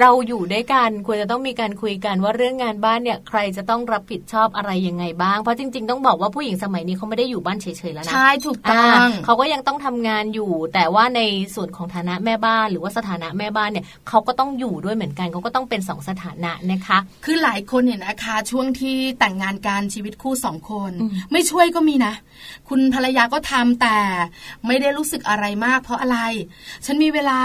เราอยู่ด้วยกันควรจะต้องมีการคุยกันว่าเรื่องงานบ้านเนี่ยใครจะต้องรับผิดชอบอะไรยังไงบ้างเพราะจริง ๆ ต้องบอกว่าผู้หญิงสมัยนี้เขาไม่ได้อยู่บ้านเฉยๆแล้วนะ
ใช่ถูกต้
อ่า
อง
เขาก็ยังต้องทำงานอยู่ แต่ว่าในส่วนของฐานะแม่บ้าน หรือว่าสถานะแม่บ้านเนี่ยเขาก็ต้องอยู่ด้วยเหมือนกันเขาก็ต้องเป็นสองสถานะนะคะ
คือหลายคนเนี่ยนะคะช่วงที่แต่งงานการชีวิตคู่สองคน
อืม
ไม่ช่วยก็มีนะ คุณภรรยาก็ทำแต่ไม่ได้รู้สึกอะไรมากเพราะอะไร ฉันมีเวลา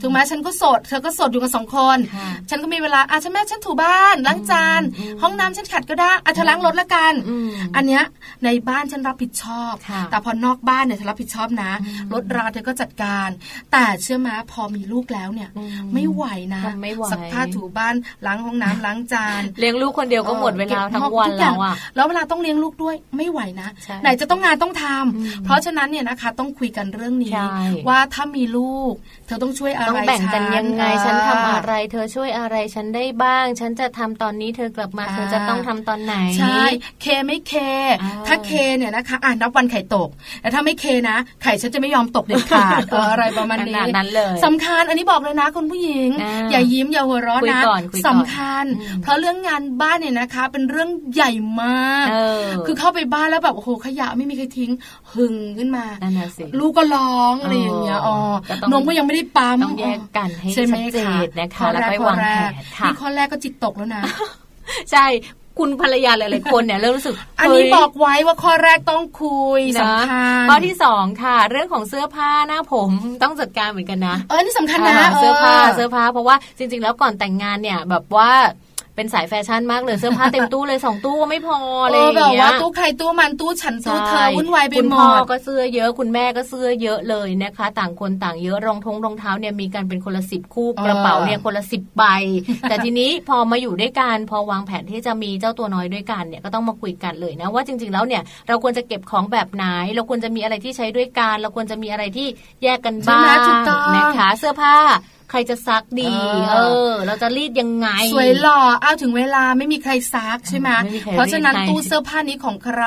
ถูกไหมฉันก็โสด เธอก็โสดอยู่กันสองคน
ค่ะ
ฉันก็มีเวลาอ่ะฉันแม่ฉันถูบ้านล้างจาน ห้องน้ำฉันขัดก็ได้อ่ะเธอล้างรถละกัน
อืม
นเนี้ยในบ้านฉันรับผิดชอบ
ค่ะ
แต่พอนอกบ้านเนี่ยเธอรับผิดชอบนะรถราเธอก็จัดการ แต่เชื่อไหมพอมีลูกแล้วเนี่ย
อืม
ไม่ไหวนะ
ทำไม่ไหว
ซักผ้าถูบ้านล้างห้องน้ำล้างจาน
เลี้ยงลูกคนเดียวก็หมดเวลา
ออ
ทั้ง
ก็บ
วัน
กอย่า
แล้วอะ
แล้วเวลาต้องเลี้ยงลูกด้วยไม่ไหวนะ
ใช่
ไหนจะต้องงานต้องทำเพราะฉะนั้นเนี่ยนะคะต้องคุยกันเรื่องนี้
ใช่
ว่าถ้ามีลูก เธอต้องช่วยอะไร
ต้องแบ่งกันยังไง
อ่า
ฉันทำอะไร เธอช่วยอะไรฉันได้บ้าง ฉันจะทำตอนนี้เธอกลับมา
อ่า
เธอจะต้องทำตอนไหน
ใช่ เคไม่เค
อ่า
ถ้าเคเนี่ยนะคะ อ่านับวันไข่ตก แต่ถ้าไม่เคนะ ไข่ฉันจะไม่ยอมตกเด็ดขา ด เอออะไรประมาณนี้
ขนาดนั้นเลย
สำคัญอันนี้บอกเลยนะคุณผู้หญิง
อ่า
อย่ายิ้มอย่าหัวเราะ
คุย
นะ
ก่อนคุยก่อน
สำคัญ
อืม
เพราะเรื่องงานบ้านเนี่ยนะคะ เป็นเรื่องใหญ่มาก
เออ
คือเข้าไปบ้านแล้วแบบโอ้โหขยะไม่มีใครทิ้งหึงขึ้นมา
นั่นน่ะสิ
ลูกก็ร้องอะไรอย่างเงี้ยอ๋อ
ก็ต้อง
นมก็ยังไม่ได้ปั๊ม
ต้องแยกกันให้
ช่ไม
ชัดเจนนะคะ
ข้อ
แล้ว
รก
ค่อยวางแผนค่ะ
นี่ข้อแรกก็จิตตกแล้วนะ
ใช่ คุณภรรยาหลายๆคนเนี่ยเริ่มรู้สึก
อันนี้
เฮ้ย
บอกไว้ว่าข้อแรกต้องคุย
นะ
สำคัญ
ข้อที่สองค่ะ เรื่องของเสื้อผ้าหน้าผมต้องจัดการเหมือนกันนะ
เออนี่สำคัญนะ
อ่าเสื้อผ้าเสื้อ
อ
ผ้าเพราะว่าจริง ๆ แล้วก่อนแต่งงานเนี่ยแบบว่าเป็นสายแฟชั่นมากเลยเสื้อผ้าเต็มตู้เลยสองตู้ไม่พออะไร
เอ
อ
อย่าง แบบ
เงี้ย
ว่าตู้ใครตู้มันตู้ฉันตู้เธอ
ใช่
วุ่นวายไป
คุณ
หม
พ่อ
ด
ก็เสื้อเยอะคุณแม่ก็เสื้อเยอะเลยนะคะ ต่างคนต่างเยอะรองทงรองเท้าเนี่ยมีกันเป็นคนละสิบคู่
เออ
กระเป๋าเนี่ยคนละสิบใบ แต่ทีนี้พอมาอยู่ด้วยกันพอวางแผนที่จะมีเจ้าตัวน้อยด้วยกันเนี่ยก็ต้องมาคุยกันเลยนะว่าจริง ๆ แล้วเนี่ยเราควรจะเก็บของแบบไหน เราควรจะมีอะไรที่ใช้ด้วยกันเราควรจะมีอะไรที่แยกกันบ้างนะคะ เสื้อผ้า ใครจะซักดี
เออ
เออ เราจะรีดยังไง
สวยหล่ออ้าวถึงเวลาไม่มีใครซักใช่ไหม
ไม่มีใคร
เพราะฉะนั้น
รีดให้
ตู้เสื้อผ้านี้ของใคร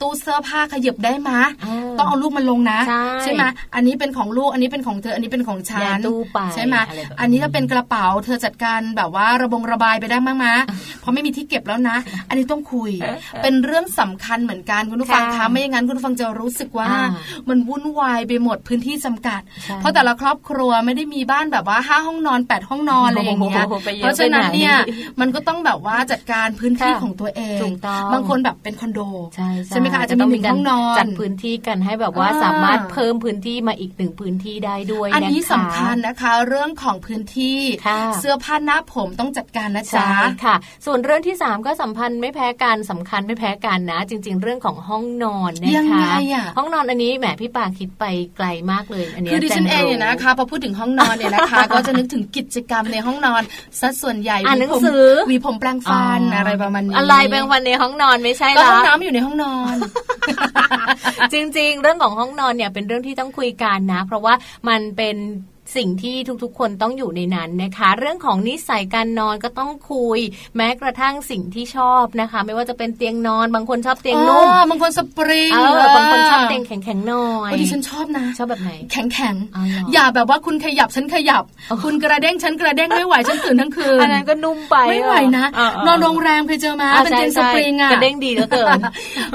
ตู้เสื้อผ้าขยับได้มะ
เออ
ต้องเอาลูกมันลงนะ
ใช่
ไหมอันนี้เป็นของลูกอันนี้เป็นของเธออันนี้เป็นของฉั
อย่าน ตู้ไป
ใช่ไหม
อะไรแบบนี้
อันนี้ถ้าเป็นกระเป๋าเธอจัดการแบบว่าระบงระบายไปได้มั้งมะเพราะไม่มีที่เก็บแล้วนะ อันนี้ต้องคุย เป็นเรื่องสำคัญเหมือนกันคุณผู้ฟัง
ค่ะ
คะไม่อย่างนั้นคุณผู้ฟังจะรู้สึกว่า
อ่า
มันวุ่นวายไปหมดพื้นที่จำกัด
ใช่
เพราะแต่ละครอบครัวไม่ได้มีบ้านแบบว่าห้าห้องนอนแปดห้องนอน อะไรอย่างเงี้ย
โอ้โหไปเยอะ
เพราะฉะนั้นเนี่ย
ไปไหน
มันก็ต้องแบบว่าจัดการพื้นที่
ค่ะ
ของตัวเอง
ถูกต้อง
บางคนแบบเป็นคอนโด
ใช่
ไหมคะอาจจะมี
ต้
หนึ่ง
กา
ห้
ร
องนอน
จัดพื้นที่กันให้แบบว่า
อ่า
สามารถเพิ่มพื้นที่มาอีกหนึ่งพื้นที่ได้ด้วย
อันนี้
ะะ
สำคัญนะคะ เรื่องของพื้นที่
ค่ะ
เสื้อผ้าหน้าผมต้องจัดการนะจ๊ะ
ใช่ค่ะ ส่วนเรื่องที่ 3 ก็สัมพันธ์ไม่แพ้กันสำคัญไม่แพ้กันนะ จริง ๆ เรื่องของห้องนอนนะคะ
ยังไงอะ
ห้องนอนอันนี้แหมพี่ปาคิดไปไกลมากเลยอันเนี้ย
คือดิฉัน
แจ
เอง
รู้
เนี่ยนะคะพอพูดถึงห้องนอนเนี่ยนะคะ ก็จะนึกถึงกิจกรรมในห้องนอนซะส่วนใหญ่
อ่านหนัง
วีผม
สือ
วีผมแปรงฟันอะไรประมาณนี้
อะไรแบงวันในห้องนอนไม่ใช่
ก็
เหรอ
ห้องน้ำอยู่ในห้องนอน
จริงๆ เรื่องของห้องนอนเนี่ยเป็นเรื่องที่ต้องคุยกันนะ เพราะว่ามันเป็นสิ่งที่ทุกๆ คนต้องอยู่ในนั้นนะคะ เรื่องของนิสัยการนอนก็ต้องคุย แม้กระทั่งสิ่งที่ชอบนะคะ ไม่ว่าจะเป็นเตียงนอน บางคนชอบเตียงนุ่ม
อ่าบางคนสปริง
เออบางคนชอบเตียงแข็งๆหน่อย
โอ้ดิฉันชอบนะ
ชอบแบบไหน
แข็งแข็ง
อ๋อเหรอ
อย่าแบบว่าคุณขยับฉันขยับ
อ๋อ
คุณกระเด้งฉันกระเด้งไม่ไหวฉันตื่นทั้งคืน
อันนั้นก็นุ่มไป
ไม่ไหวนะ
เเ
นอนโรงแรมเคยเจอมา
อ่า
เป็นเตียงส
ใช่
ปริงอ่ะ
กระเด้งดีเหลือเกิน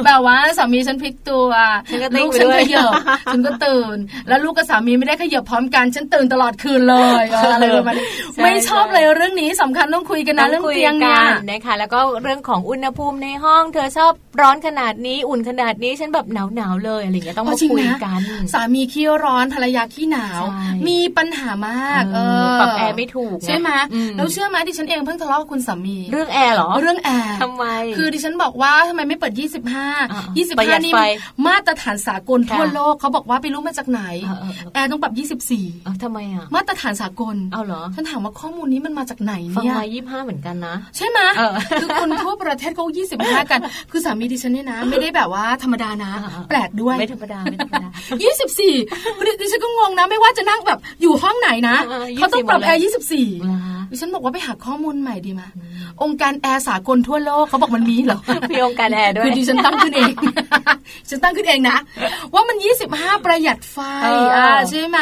แบบว่าสามีฉันพลิกตัว
ฉันก็เด้ง
ลูก
ไป
ฉัน
ด้ว
ข
ย
ยับฉันก็ตื่น แล้วลูกกับสามีไม่ได้ขยับพร้อมกันฉันตื่นตลอดคืนเลยเอออะไรประมาณนี้ไม่ชอบเลยเรื่องนี้สำคัญต้องคุยกันนะเรื่องเตียง
ต้อคุ
เนี่
กั
ย
นะคะ แล้วก็เรื่องของอุณหภูมิในห้อง เธอชอบร้อนขนาดนี้อุ่นขนาดนี้ฉันแบบหนาวหนาวๆเลยอะไรอย่างเงี้ยต้องมา
เจริ
คุย
นะ
กัน
สามีขี้ร้อนภรรยาขี้หนาว
ใช่
มีปัญหามาก
เอ
เอ
อ
อ
ปรับแอร์ไม่ถูกไง
ใช่ไหม
อืม
แล้วเชื่อไหมดิฉันเองเพิ่งทะเลาะกับคุณสามี
เรื่องแอร์เหรอ
เรื่องแอร์
ทำไม
คือดิฉันบอกว่าทำไมไม่เปิด 25
ประหยัด
25 นี่
ไฟ
มาตรฐานสากล
ค่ะ
ทั่วโลกเขาบอกว่าไปรู้มาจากไหน
เออเออเออ
แอร์ต้องปรับ
เอ้าทำไมอ่ะ
24 มาตรฐานสากล
เอาเหรอ
ฉันถามว่าข้อมูลนี้มันมาจากไหน
ฟัง
เนี่ย
มายี่ห้าเหมือนกันนะ
ใช่ไหม
เออ
คือคนทั่วประเทศเขา25 กัน คือสามีดิฉันเนี่ยนะ ไม่ได้แบบว่าธรรมดานะ
เออเออ
แปลกด้วย
ไม่ธรรมดาไม่ธรรมดา
ยี่สิบสี่ดิฉันก็งงนะ ไม่ว่าจะนั่งแบบอยู่ห้องไหนนะ
เออเออ
เขาต้องปรับ
24
แอร์ยี่สิบสี่
เหรอคะ
ดิฉันบอกว่าไปหาข้อมูลใหม่ดีมาองค์การแอร์สากลทั่วโลกเขาบอกมันมีเหรอ
มีองค์การแอร์ด้ว
คื
ย
อดิฉันตั้งขึ้นเอง ฉันตั้งขึ้นเองนะ ว่ามัน 25 ประหยัดไฟ
เอออ่
่าใช่ไหม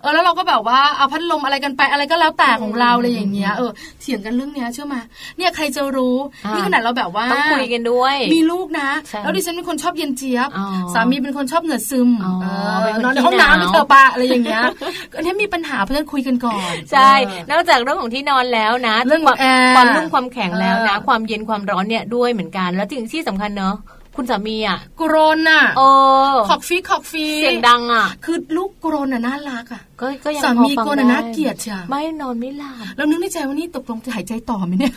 เออแล้วเราก็แบบว่าเอาพัดลมอะไรกันไปอะไรก็แล้วแต่ของเราอะไรอย่างเงี้ยเออเถียงกันเรื่องเนี้ยเชื่อมาเนี่ยใครจะรู้
อ่านี่
นี่ขนาดเราแบบว่า
ต้องคุยกันด้วย
มีลูกนะ
ใช่
แล้วดิฉันเป็นคนชอบเย็นเจี๊ยบ
อ๋อ
สามีเป็นคนชอบเหงื่อซึม
อ๋อ
เอ
เป็นคน
อนอนใน
ขี้
ห้อง
หนาว
น้ำไม่เธอะปะอะไรอย่างเงี้ ยอันนี้มีปัญหาเพื่อนคุยกันก่อน
ใช่ นอกจากเรื่องของที่นอนแล้วนะ
เรื่องของแอร์
ความนุ่มความแข็งแล้วนะ
เออ
ความเย็นความร้อนเนี่ยด้วยเหมือนกัน แล้วถึงที่สำคัญเนอะคุณสามีอ่ะ
กรนอ่ะ
เออ
ขอกฟีขอกฟี
เสียงดังอ่ะ
คือลูกกรนอ่ะน่ารักอ่ะ
ก็ก็ยัง
สามี
พอฟัง
กลัว
ได้
นะน่าเกลียดจ้ะ
ไม่นอนไม่หลับ
แล้วนึกในใจว่านี่ตกลงจะหายใจต่อไหมเนี่ย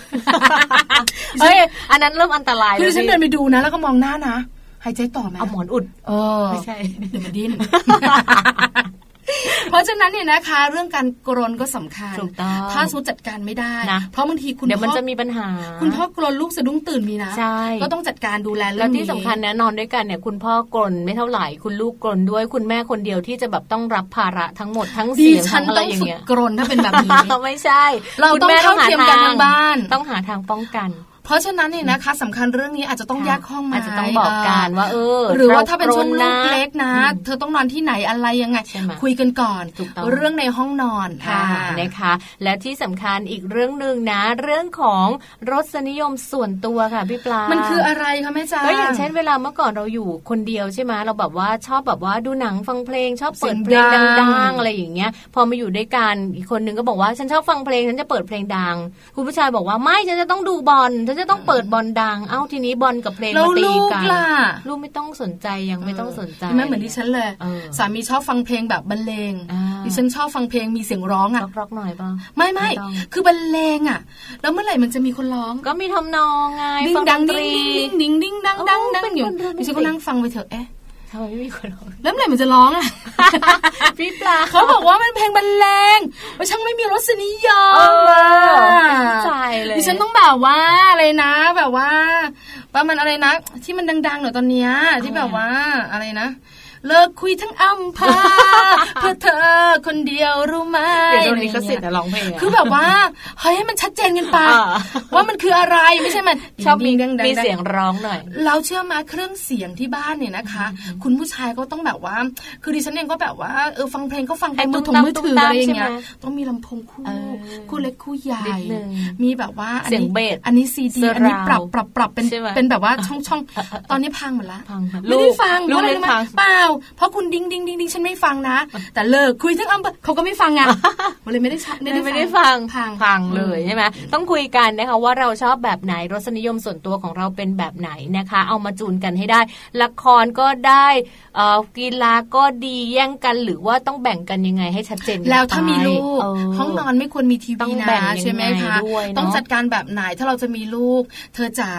เอ้ยอันนั้นเริ่มอันตราย
คือ
แล้ว
ดิฉัน
พี่
เดินไปดูนะ แล้วก็มองหน้านะ หายใจต่อไหม
เอาหมอนอุด
เออ
ไม่ใช่
เดี๋ยวมันดิ้น เพราะฉะนั้นเนี่ยนะคะ เรื่องการกรนก็สำคัญ
ถูกต้อง
ถ้าสมมุดจัดการไม่ได้
นะ
เพราะบางทีคุณ
เดี๋ยวมัน
พ่อ
จะมีปัญหา
คุณพ่อกรนลูกสะดุ้งตื่นมีนะ
ใช่
ก็ต้องจัดการดูแลเรื่
แล้
อ
ว
งนี้
ที่สำคัญนะนอนด้วยกันเนี่ย คุณพ่อกลนไม่เท่าไหร่ คุณลูกกลนด้วยคุณแม่คนเดียวที่จะแบบต้องรับภาระทั้งหมดทั้ง
ดี
เสียง
ฉั
ทั้
น
งอะไร
ต้อง
อย่าง
ฝึก
เงี้ย
กรนถ้าเป็นแบบนี้
ไม่ใช่
เรา
คุณ
ต้อง
แม่
เท่าเทียมกันทางบ้าน
ต้องหาทางป้องกัน
เพราะฉะนั้นเนี่ยนะคะสำคัญเรื่องนี้อาจจะต้องแยกห้องไหมา
อาจจะต้องบอกกันว่า เออ
หรือว่าถ้าเป็นช่วง
ร
ลูก
นะ
เล็กนะ เธอต้องนอนที่ไหนอะไรยังไง
ใช่ไหม
คุยกันก่อน
ถูกต้อง
เรื่องในห้องนอน
ค่ะ
อ่า
นะคะ และที่สำคัญอีกเรื่องหนึ่งนะ เรื่องของรสนิยมส่วนตัวค่ะพี่ปลา
มั
มัน
คืออะไรคะแม่จ้า
ก็อย่างเช่นเวลาเมื่อก่อนเราอยู่คนเดียวใช่ไหมเราแบบว่าชอบแบบว่าดูหนังฟังเพลง ชอบเปิดเพลง
เสียงดั
ดั
ง
งๆอะไรอย่างเงี้ย พอมาอยู่ด้วยกันอีกคนนึงก็บอกว่าฉันชอบฟังเพลงฉันจะเปิดเพลงดัง คุณผู้ชายบอกว่าไม่ฉันจะต้องดูบอลฉันจะต้องเปิดบอลดัง เอ้าทีนี้บอลกับเพลง
แล้ว
มาตี
ลูก
กัน
ล่ะ
ลูกไม่ต้องสนใจยังไม่ต้องสนใจ
เห็นไหม่เหมือนดิฉันเลย
เออ
สามีชอบฟังเพลงแบบบรรเลง
อ่า
ดิฉันชอบฟังเพลงมีเสียงร้องอ่ะ
ร็อกๆหน่อยเปล่ะ
ไม่ไม่
ไม่ต้อง
คือบรรเลงอ่ะ แล้วเมื่อไหร่มันจะมีคนร้อง
ก็มีทำนองไง
ดิ้
ฟั
ง
ง
ดัง
ดนต
ดิ้
รี
งดิ้งดิ้งดิ้งดัง
โอ้
ดังดั
เป็
ง
น
อยู่
คนเดินไม่
ดิฉันก็
ติด
นั่งฟังไปเถอะเอ๊ะ
ทำไมไม่มีคนร้อง
แล้วเมื่อไหร่มันจะร้องอ่ะ
พี่ปลา
เขาบอกว่ามันเพลงบรรเลงว่าช่างไม่มีรสนิยม
เอ
อะ
อใจเลย
ดิฉันต้องแบบว่าอะไรนะ แบบว่าประมาณอะไรนะ ที่มันดังๆหน่อยตอนเนี้ยที่แบบว่าอะไรนะ เลิกคุยทั้งอำเภ อเพื่อเธอคนเดียวรู้ไหม
เดี๋ยวโดนลิขสิทธิ์นะร้องเพลงะ
คือแบบว่าเฮ้ยให้มันชัดเจนกันไป
อ่า
ว่ามันคืออะไรไม่ใช่มัน
ชอบมี
ดังๆๆๆ
มีเสียงร้องหน่อย
เราเชื่อมาเครื่องเสียงที่บ้านเนี่ยนะคะ คุณผู้ชายก็ต้องแบบว่า คือดิฉันเองก็แบบว่าเออฟังเพลงก็ฟัง
ไอ้
เป็นมือ
ตุ้
ถง
มตาม
มือ
ตุ้
ถือ
มตาม
อะไรอย่างเงี้ย
ใช่ไหม
ต้องมีลำโพงคู่
เออ
คู่เล็กคู่ใหญ่
นิดนึง
มีแบบว่าอัน
เสียง
นี้
เบส
อันนี้ซีดีอันนี้ปรับปรับปรับเป็น
ใช่ไหม
เป็นแบบว่าช่องช่องตอนนี้พังหมดละ
พังหมด
ไม่
ลู
ได้
ก
ฟัง
ลูก
เพราะอะไร
ไม่
รู้ไหม
ฟัง
เปล่าเพราะคุณดิ้งดิ้งดิ้งดิ้งฉันไม่ฟังนะ แต่เลิกคุยทั้งอำเภอเขาก็ไม่ฟังไงมันเลยไม่ได้ใช้
ไม่ได้ฟัง
พัง
พังเลยใช่ไหมต้องคุยกันนะคะว่าเราชอบแบบไหนรสนิยมส่วนตัวของเราเป็นแบบไหนนะคะ เอามาจูนกันให้ได้ ละครก็ได้เอ่อกีฬาก็ดีแย่งกันหรือว่าต้องแบ่งกันยังไงให้ชัดเจนกัน
แล้วถ้ามีลูก
ไปเ
ห้องนอนไม่ควรมีที
ต้
วี
อง
นะ
แบ่งยังไง
ใช่ไหมคะ
ด้วยเนอะ
ต้องจัดการแบบไหนถ้าเราจะมีลูก เธอจ๋า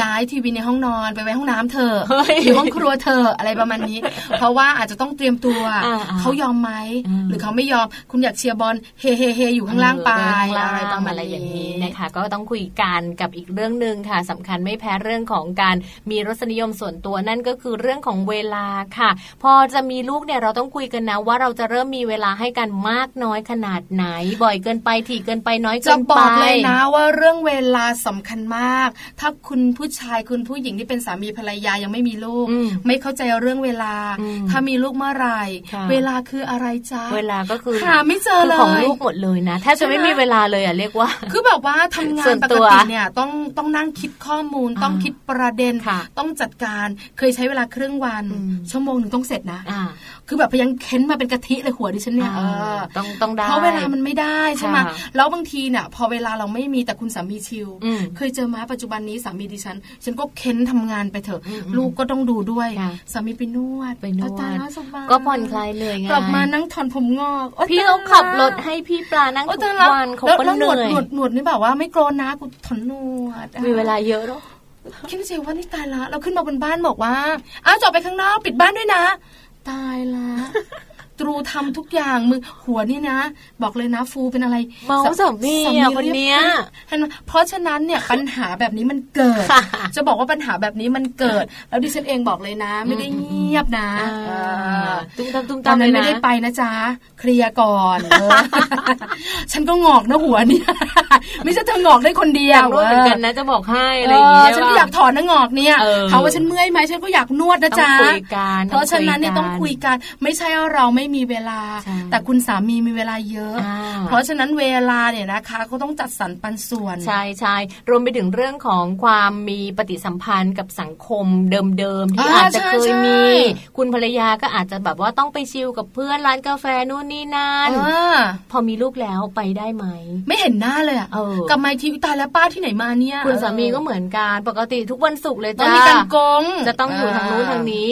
ย้ายทีวีในห้องนอนไปไว้ห้องน้ำเธอะ
เฮ้ย
อยู่ห้องครัวเธอะอะไรประมาณนี้ เพราะว่าอาจจะต้องเตรียมตัว
อ่าๆ
เขายอมไหม
อืม
หรือเขาไม่ยอมคุณอยากเชียร์บอลเฮเฮเฮอยู่ข้างล่างไป
ข้างล่าง
อะไรประมาณ
อะไรอย่าง
นี้
นี้นะคะ ก็ต้องคุยกันกับอีกเรื่องหนึ่งค่ะสำคัญไม่แพ้เรื่องของการมีรสนิยมส่วนตัวนั่นก็คือเรื่องของเวลาค่ะ พอจะมีลูกเนี่ยเราต้องคุยกันนะ ว่าเราจะเริ่มมีเวลาให้กันมากน้อยขนาดไหน บ่อยเกินไปถี่เกินไปน้อยเกิ
จะ
น
บ
ไป
อกเลยนะว่าเรื่องเวลาสำคัญมาก ถ้าคุณผู้ชายคุณผู้หญิงที่เป็นสามีภรรยายังไม่มีลูก
อืม
ไม่เข้าใจเรื่องเวลา
อืม
ถ้ามีลูกเมื่อไหร่
ค่ะ
เวลาคืออะไรจ้า
เวลาก็คือ
หาไม่เจอเลย
คืของลูกหมดเลยนะแทบ
ใช่
จะ
ไหม
ไม่มีเวลาเลยอ่ะเรียกว่า
คือแบบว่าทำงา
ส่
น
วน
ป
ตั
ก
ว
ติเนี่ยต้องต้องนั่งคิดข้อมูล
อ่า
ต้องคิดประเด็น
ค่ะ
ต้องจัดการเคยใช้เวลาครึ่งวัน
อืม
ชั่วโมงหนึ่งต้องเสร็จนะ
อ่า
คือแบบพยังเค้นมาเป็นกะทิเลยหัวดิฉันเนี่ยเออ
ต้องต้องได้
เพราะเวลามันไม่ได้ใช่ไหม
ค่ะ
แล้วบางทีเนี่ยพอเวลาเราไม่มีแต่คุณสามีชิล
อืม
เคยเจอไหมาปัจจุบันนี้สามีดิฉัน ฉันก็เค้นทำงานไปเถอะ
อืม
ลูกก็ต้องดูด้วย
ค่ะ
สามีไปนวด
ไปนว
เอา
ด
ตาล้าสบาย
ก็ผ่อนคลายเหนื่อยไง
กลับมานั่งถอนผมงอกโอ๊ย
พี่
ตย
เขา
ละ
ขับรถให้พี่ปลานั่ง
โอ๊ย
ทุก
ตายละ
วันเขา
แล้ว
ก็
แล้ว
เห
หนวด
นื่อย
หนวดหนวดนี่แบบว่าไม่โกรธนะกูถอนหนวดอ่ะ
มีเวลาเยอะเนาะ
คิดในใจว่านี่ตายละเราขึ้นมาบนบ้านบอกว่าอ้าวจะออกไปข้างนอกปิดบ้านด้วยนะ ตายละ ตรูทำทุกอย่างมือหัวนี่นะ บอกเลยนะฟูเป็นอะไร
เมาสามีอ่ะ
รีบ
คนเนี้ย
เห็นไหมเพราะฉะนั้น เนี่ย ปัญหาแบบนี้มันเกิด
ค่ะ
จะบอกว่าปัญหาแบบนี้มันเกิ ด แล้วดิฉันเองบอกเลยนะ ไม่ได้เงียบนะเออ
ตุ้มตามตุ้ม
ต
ตา
อ
ม
น
เล
นั้
ย
น
นะ
ไม่ได้ไปนะจ๊ะเคลียร์ก่ อนเออฉันก็งอกนะหัวเนี่ย ไม่ใช่เธองอกได้คนเดี
อ
ยว
ยากรู้เหมือนกันนะจะบอกให้อะไรอย่างเงี้ย
เออฉันก็อยากถอนหน้างอกเนี่ย
เออ
ถามว่าฉันเมื่อยไหมฉันก็อยากนวดนะ
ต้
จ๊ะ
องคุยกัน
เพราะฉะนั้นเนี่ย
ต้
ต้
อ
องง
คุ
คุ
ย
ย
กั
กัน น ไม่ใช่ว่าเราไม่มีเวลา
ใช่
แต่คุณสามีมีเวลาเยอะ
อ่า
เพราะฉะนั้นเวลาเนี่ยนะคะก็ต้องจัดสรรปันส่วน
ใช่ใช่รวมไปถึงเรื่องของความมีปฏิสัมพันธ์กับสังคมเดิมๆที่
อ่า
อาจจะเคย
ใช่
มี
ใช่
คุณภรรยาก็อาจจะแบบว่าต้องไปชิลกับเพื่อนร้านกาแฟนู่นนี่นั่น
เออ
พอมีลูกแล้วไปได้ไหม
ไม่เห็นหน้าเลยอะ
เออ
กลับมาอีกทีอุ๊ยตายแล้วป้าที่ไหนมาเนี่ย
คุณสามีก็เหมือนกันปกติทุกวันศุกร์เลย
ต้อง
จ้า
มีการกง
จะต้องอยู่ทางนู้นทางนี้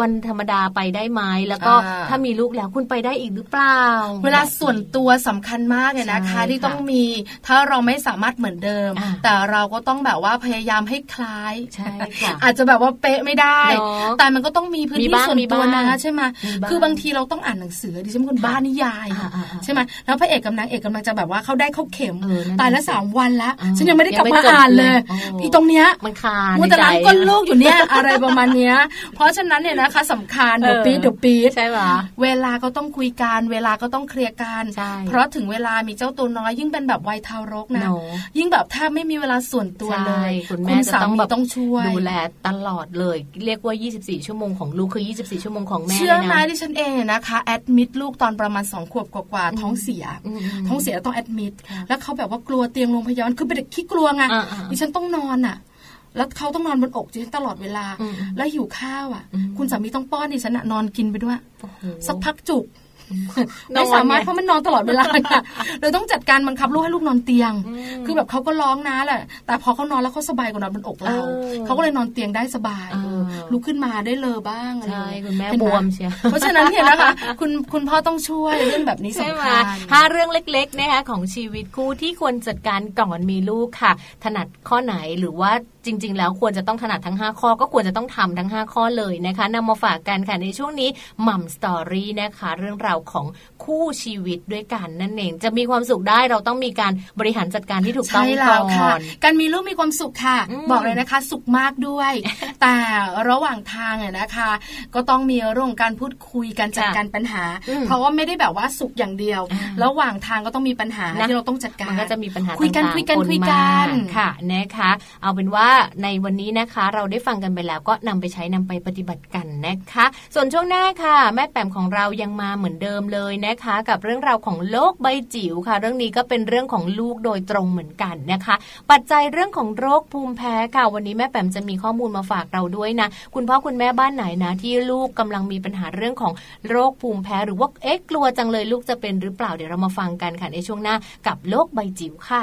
วันธรรมดาไปได้ไหมแล้วก็
อ่า
ถ้ามีลูกแล้วคุณไปได้อีกหรือเปล่า
เวลาส่วนตัวสำคัญมากเลยนะคะ
ใช่
ที่ต้องมีถ้าเราไม่สามารถเหมือนเดิม
อ่ะ
แต่เราก็ต้องแบบว่าพยายามให้คล้าย
ใช่ค่ะ
อาจจะแบบว่าเป๊ะไม่ได้
เนอะ
แต่มันก็ต้องมีพื้น
มี
ที่
บ้าง
ส่วน
มี
ตั
บ้าว ง
นะใช่ไหม
มีบ้าง
คือบางทีเราต้องอ่านหนังสือดิฉันเป็นคนบ้านิยาย
อ่ะอ่ะอ่ะ
ใช่ไหมแล้วพระเอกกับนางเอกกำลังจะแบบว่าเข้าได้เข้าเข็ม
เออนั่นน่ะ
ตายแล้วสามวันละ
อ่ะ
ฉันยังไม่ได้
ยั
กลั
ง
บ
ไม่
มา
จบ
อ่านเลย
เลยโอ้
อีตรงเนี้ย
มันคา
มัว
ใน
แต่
ใจ
ล้างก้นลูกอยู่เนี่ย อะไรประมาณเนี้ย เพราะฉะนั้นเนี่ยนะคะสำคัญเดี๋ยว
เออ
ปีดเดี๋ยวปีด
ใช่ปะ
เวลาก็ต้องคุยกันเวลาก็ต้องเคลียร์กัน
ใช่
เพราะถึงเวลามีเจ้าตัวน้อยยิ่งเป็นแบบวัยทารกนะ
เนอะ
ยิ่งแบบถ้าไม่มีเวลาส่วนตัว
ใช่
เลย
คุณแม่จะ
สา
ต้อง
มี
แบบ
ต้องช่วย
ดูแลตลอดเลย เรียกว่า 24 ชั่วโมงของลูกคือ 24 ชั่วโมงของแม่
เชื่อไหม
เลยนะ
ที่ฉันเองเนี่ยนะคะแอดมิดลูกตอนประมาณสองขวบกว่าๆท้องเสีย
อืมอืม
ท้องเสียต้องแอดมิดแล้วเขาแบบว่ากลัวเตียงโรงพยาบาลคือเป็นเด็กขี้กลัวไง
อ่าๆ
ดิฉันต้องนอนอ่ะ แล้วเขาต้องนอนบนอกดิฉันตลอดเวลา
อืมๆ
แล้วหิวข้าวอ่ะ คุณสามีต้องป้อนดิฉันอะนอนกินไปด้วย
โอ้โห
สักพักจุ ก
นอน
ไม่สามารถ
ไง
เพราะมันนอนตลอดเวลาค่ะเลยต้องจัดการบังคับลูกให้ลูกนอนเตียง คือแบบเขาก็ร้องนะแหละแต่พอเขานอนแล้วเขาสบายกว่านอนบนอกเรา
เออ
เขาก็เลยนอนเตียงได้สบาย
เออ
เออลุกขึ้นมาได้เลอบ้างอะไร
ใช่คุณแม่
ห็น
บ
ไห
วมเชียว
เพราะฉะนั้นเนี่ยนะคะ คุณคุณพ่อต้องช่วยเรื่องแบบนี้
ใช่ไหม
สำคัญ
ห้าเรื่องเล็กๆนะคะของชีวิตคู่ที่ควรจัดการก่อนมีลูกค่ะ ถนัดข้อไหนหรือว่า จริง ๆ แล้วควรจะต้องถนัดทั้ง 5 ข้อก็ควรจะต้องทำทั้ง 5 ข้อเลยนะคะนำมาฝากกันค่ะในช่วงนี้มัมสตอรี่นะคะ เรื่องราวของคู่ชีวิตด้วยกันนั่นเองจะมีความสุขได้เราต้องมีการบริหารจัดการที่ถูกต้อ
ใช่
ง
แล้ว
ก่
ค่ะ
อน
การมีลูกมีความสุขค่ะ
อืม
บอกเลยนะคะ สุขมากด้วย แต่ระหว่างทางเนี่ยนะคะ ก็ต้องมีเรื่องของการพูดคุยการจัด
ค่ะ
การปัญหา
อืม
เพราะว่าไม่ได้แบบว่าสุขอย่างเดียว
อ่า
ระหว่างทางก็ต้องมีปัญหา
นะ
ที่เราต้องจัดการ
มันก็จะมีปัญหา
คุยกัน
ต่างๆ
คุยกั
ป
นคุยกัน
มาค่ะนะคะ เอาเป็นว่าในวันนี้นะคะ เราได้ฟังกันไปแล้วก็นำไปใช้นำไปปฏิบัติกันนะคะ ส่วนช่วงหน้าค่ะ แม่แปมของเรายังมาเหมือนเดิมเลยนะคะ กับเรื่องราวของโลกใบจิ๋วค่ะ เรื่องนี้ก็เป็นเรื่องของลูกโดยตรงเหมือนกันนะคะ ปัจจัยเรื่องของโรคภูมิแพ้ค่ะ วันนี้แม่แปมจะมีข้อมูลมาฝากเราด้วยนะ คุณพ่อคุณแม่บ้านไหนนะที่ลูกกำลังมีปัญหาเรื่องของโรคภูมิแพ้ หรือว่าเอ๊ะกลัวจังเลยลูกจะเป็นหรือเปล่าเดี๋ยวเรามาฟังกันค่ะในช่วงหน้ากับโลกใบจิ๋วค่ะ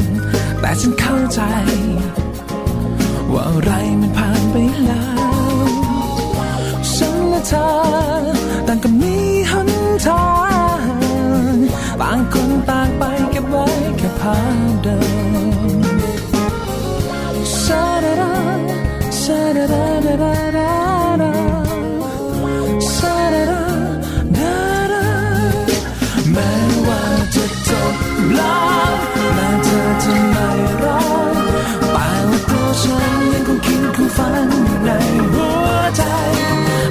ม แต่ฉันเข้าใจ ว่าอะไรมันผ่านไปแล้ว ฉันและเธอต่างก็มีหนทางต่างคนต่างไปเก็บไว้แค่ภาพเดิมชาดาดาชาดาดาดาดาดาดาชาดาดาดาดาแม้ว่าจะจบแล้วแม้เธอจะไม่รอแต่ว่าตัวฉันยังคงคิดคงฝันอยู่ในหัวใจ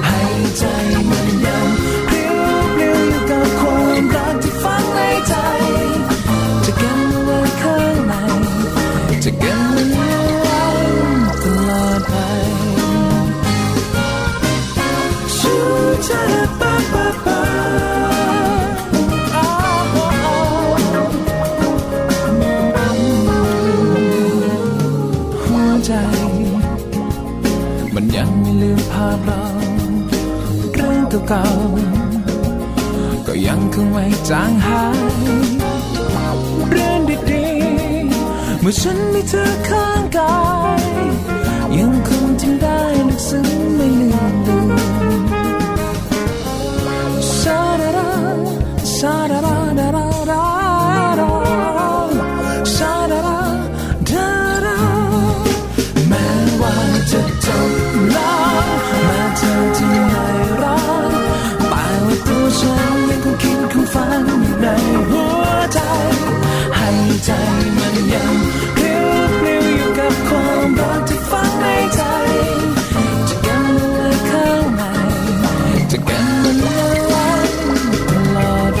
ให้ใจมันยังเพลียวเพลียวอยู่กับความรักที่ฝังในใจ จะเก็บมันไว้ข้างใน จะเก็บมันไว้ตลอดไปชูจะปะปะปะอ้าวอ้าวหัวใจ มันยังไม่ลืมภาพเราเรื่องเก่าๆก็ยังคงไม่จางหาย เรื่องดีๆเมื่อฉันมีเธอข้างกาย ยังคงจำได้นึกซึ้งไม่ลืมลืมชาดาดาชาดาดาดาดาดาดาชาดาดาดาดาแม้ว่าจะจบแล้วแม้เธอจะไม่รักแต่ว่าตัวฉันยังคงคิดคงฝันอยู่ในหัวใจ ให้ใจมันยังเรียวเรียวอยู่กับความรักที่ฝังในใจ จะเกันมันไว้ข้างในจะเกันมันไว้ตลอดไป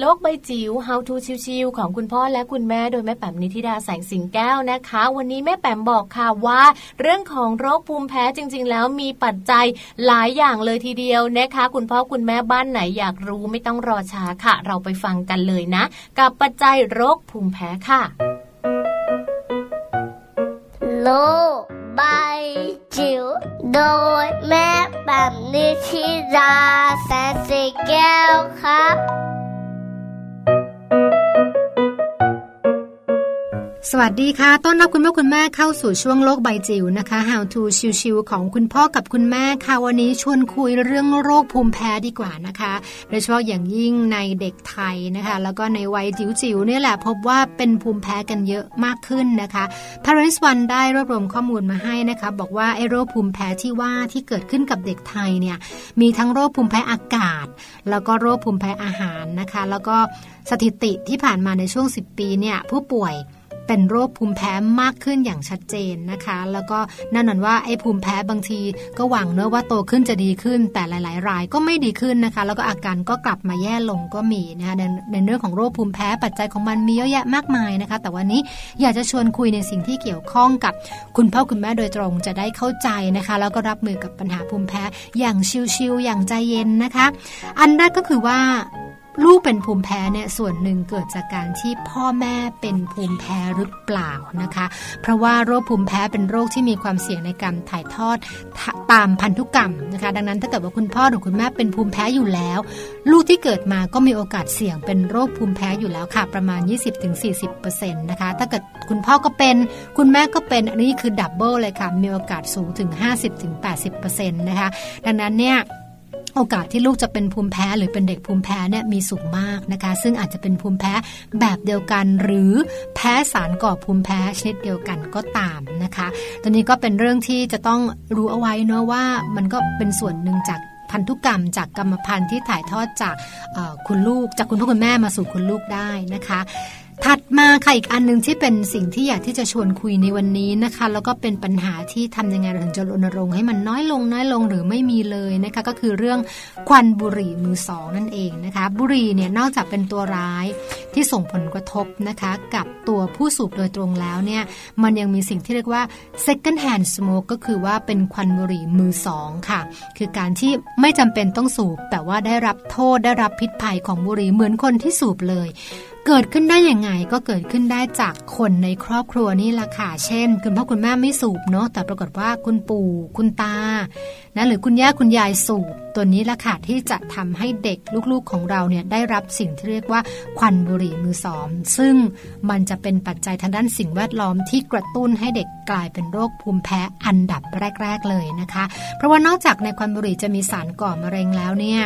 โลกใบจิ๋ว How to ชิวๆของคุณพ่อและคุณแม่โดยแม่แปมนิธิดาแสงสิงแก้วนะคะ วันนี้แม่แปมบอกค่ะว่า เรื่องของโรคภูมิแพ้จริง ๆ แล้วมีปัจจัยหลายอย่างเลยทีเดียวนะคะ คุณพ่อคุณแม่บ้านไหนอยากรู้ไม่ต้องรอช้าค่ะ เราไปฟังกันเลยนะ กับปัจจัยโรคภูมิแพ้ค่ะ
โลกใบจิ๋วโดยแม่แบบนิชิราแสนสีแก้วครับ
สวัสดีค่ะ ต้อนรับคุณพ่อคุณแม่เข้าสู่ช่วงโลกใบจิ๋วนะคะ How to ชิวๆของคุณพ่อกับคุณแม่ค่ะ วันนี้ชวนคุยเรื่องโรคภูมิแพ้ดีกว่านะคะ โดยเฉพาะอย่างยิ่งในเด็กไทยนะคะ แล้วก็ในวัยจิ๋วๆเนี่ยแหละพบว่าเป็นภูมิแพ้กันเยอะมากขึ้นนะคะ Parents One ได้รวบรวมข้อมูลมาให้นะคะ บอกว่าไอ้โรคภูมิแพ้ที่ว่าที่เกิดขึ้นกับเด็กไทยเนี่ย มีทั้งโรคภูมิแพ้อากาศ แล้วก็โรคภูมิแพ้อาหารนะคะ แล้วก็สถิติที่ผ่านมาในช่วง 10 ปีเนี่ยผู้ป่วย เป็นโรคภูมิแพ้มากขึ้นอย่างชัดเจนนะคะ แล้วก็แน่นอนว่าไอ้ภูมิแพ้บางทีก็หวังเนอะว่าโตขึ้นจะดีขึ้น แต่หลาย ๆ รายก็ไม่ดีขึ้นนะคะ แล้วก็อาการก็กลับมาแย่ลงก็มีนะคะในในเรื่องของโรคภูมิแพ้ปัจจัยของมันมีเยอะแยะมากมายนะคะ แต่วันนี้อยากจะชวนคุยในสิ่งที่เกี่ยวข้องกับคุณพ่อคุณแม่โดยตรงจะได้เข้าใจนะคะ แล้วก็รับมือกับปัญหาภูมิแพ้อย่างชิลๆอย่างใจเย็นนะคะ อันแรกก็คือว่า ลูกเป็นภูมิแพ้เนี่ยส่วนหนึ่งเกิดจากการที่พ่อแม่เป็นภูมิแพ้หรือเปล่านะคะ เพราะว่าโรคภูมิแพ้เป็นโรคที่มีความเสี่ยงในการถ่ายทอดทะตามพันธุกรรมนะคะ ดังนั้นถ้าเกิดว่าคุณพ่อหรือคุณแม่เป็นภูมิแพ้อยู่แล้ว ลูกที่เกิดมาก็มีโอกาสเสี่ยงเป็นโรคภูมิแพ้อยู่แล้วค่ะ ประมาณ 20-40%นะคะถ้าเกิดคุณพ่อก็เป็น คุณแม่ก็เป็นอันนี้คือดับเบิลเลยค่ะมีโอกาสสูงถึง 50-80%นะคะดังนั้นเนี่ย โอกาสที่ลูกจะเป็นภูมิแพ้หรือเป็นเด็กภูมิแพ้เนี่ยมีสูงมากนะคะ ซึ่งอาจจะเป็นภูมิแพ้แบบเดียวกันหรือแพ้สารก่อภูมิแพ้ชนิดเดียวกันก็ตามนะคะตัวนี้ก็เป็นเรื่องที่จะต้องรู้เอาไว้เนอะว่ามันก็เป็นส่วนหนึ่งจากพันธุกรรม จากกรรมพันธุ์ที่ถ่ายทอดจากเอ่อคุณลูก จากคุณพ่อคุณแม่มาสู่คุณลูกได้นะคะ ถัดมาค่ะอีกอันหนึงที่เป็นสิ่งที่อยากที่จะชวนคุยในวันนี้นะคะ แล้วก็เป็นปัญหาที่ทำยังไงเราถึงจะรณรงค์ให้มันน้อยลงน้อยลงหรือไม่มีเลยนะคะ ก็คือเรื่องควันบุหรี่มือสองนั่นเองนะคะ บุหรี่เนี่ยนอกจากเป็นตัวร้ายที่ส่งผลกระทบนะคะ กับตัวผู้สูบโดยตรงแล้วเนี่ยมันยังมีสิ่งที่เรียกว่า second hand smoke ก็คือว่าเป็นควันบุหรี่มือสองค่ะ คือการที่ไม่จำเป็นต้องสูบ แต่ว่าได้รับโทษได้รับพิษภัยของบุหรี่เหมือนคนที่สูบเลย เกิดขึ้นได้ยังไงก็เกิดขึ้นได้จากคนในครอบครัวนี่ละค่ะ เช่น คุณพ่อคุณแม่ไม่สูบเนาะแต่ปรากฏว่าคุณปู่คุณตานะหรือคุณย่าคุณยายสูบตัวนี้ละค่ะที่จะทำให้เด็กลูกๆของเราเนี่ยได้รับสิ่งที่เรียกว่าควันบุหรี่มือสองซึ่งมันจะเป็นปัจจัยทางด้านสิ่งแวดล้อมที่กระตุ้นให้เด็กกลายเป็นโรคภูมิแพ้อันดับแรก ๆ เลยนะคะ เพราะว่านอกจากในควันบุหรี่จะมีสารก่อมะเร็งแล้วเนี่ย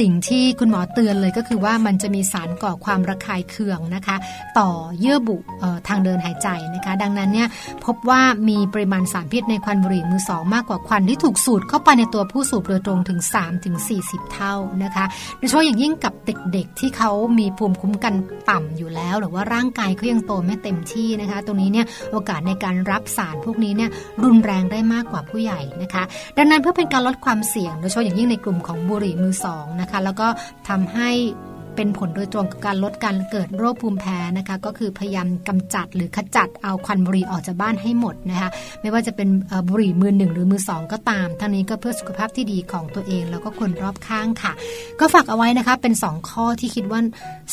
สิ่งที่คุณหมอเตือนเลยก็คือว่ามันจะมีสารก่อความระคายเคืองนะคะ ต่อเยื่อบุเอ่อทางเดินหายใจนะคะ ดังนั้นเนี่ยพบว่ามีปริมาณสารพิษในควันบุหรี่มือสองมากกว่าควันที่ถูกสูดเข้าไปในตัวผู้สูบโดยตรงถึง 3-40 เท่านะคะโดยเฉพาะอย่างยิ่งกับเด็กๆที่เขามีภูมิคุ้มกันต่ำอยู่แล้ว หรือว่าร่างกายเขายังโตไม่เต็มที่นะคะ ตรงนี้เนี่ยโอกาสในการรับสารพวกนี้เนี่ยรุนแรงได้มากกว่าผู้ใหญ่นะคะ ดังนั้นเพื่อเป็นการลดความเสี่ยงโดยเฉพาะอย่างยิ่งในกลุ่มของบุหรี่มือสองนะคะ แล้วก็ทำให้เป็นผลโดยตรงกับการลดการเกิดโรคภูมิแพ้นะคะ ก็คือพยายามกำจัดหรือขจัดเอาควันบุหรี่ออกจากบ้านให้หมดนะคะ ไม่ว่าจะเป็นเอ่อบุหรี่มือหนึ่งหรือมือสองก็ตาม ทั้งนี้ก็เพื่อสุขภาพที่ดีของตัวเองแล้วก็คนรอบข้างค่ะ ก็ฝากเอาไว้นะคะเป็น 2 ข้อที่คิดว่า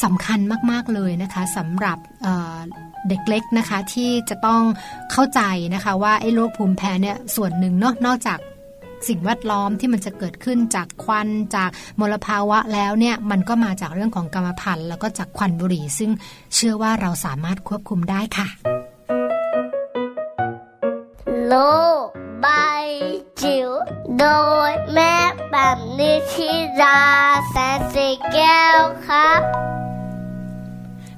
สำคัญมาก ๆ เลยนะคะสำหรับเอ่อเด็กเล็กนะคะที่จะต้องเข้าใจนะคะว่าไอ้โรคภูมิแพ้เนี่ยส่วนหนึ่งเนาะนอกจาก สิ่งแวดล้อมที่มันจะเกิดขึ้นจากควันจากมลภาวะแล้วเนี่ยมันก็มาจากเรื่องของกรรมพันธุ์แล้วก็จากควันบุหรี่ ซึ่งเชื่อว่าเราสามารถควบคุมได้ค่ะ
โลกใบจิ๋วโดยแม่แบบนิชิราแสนสีแก้วครับ
ก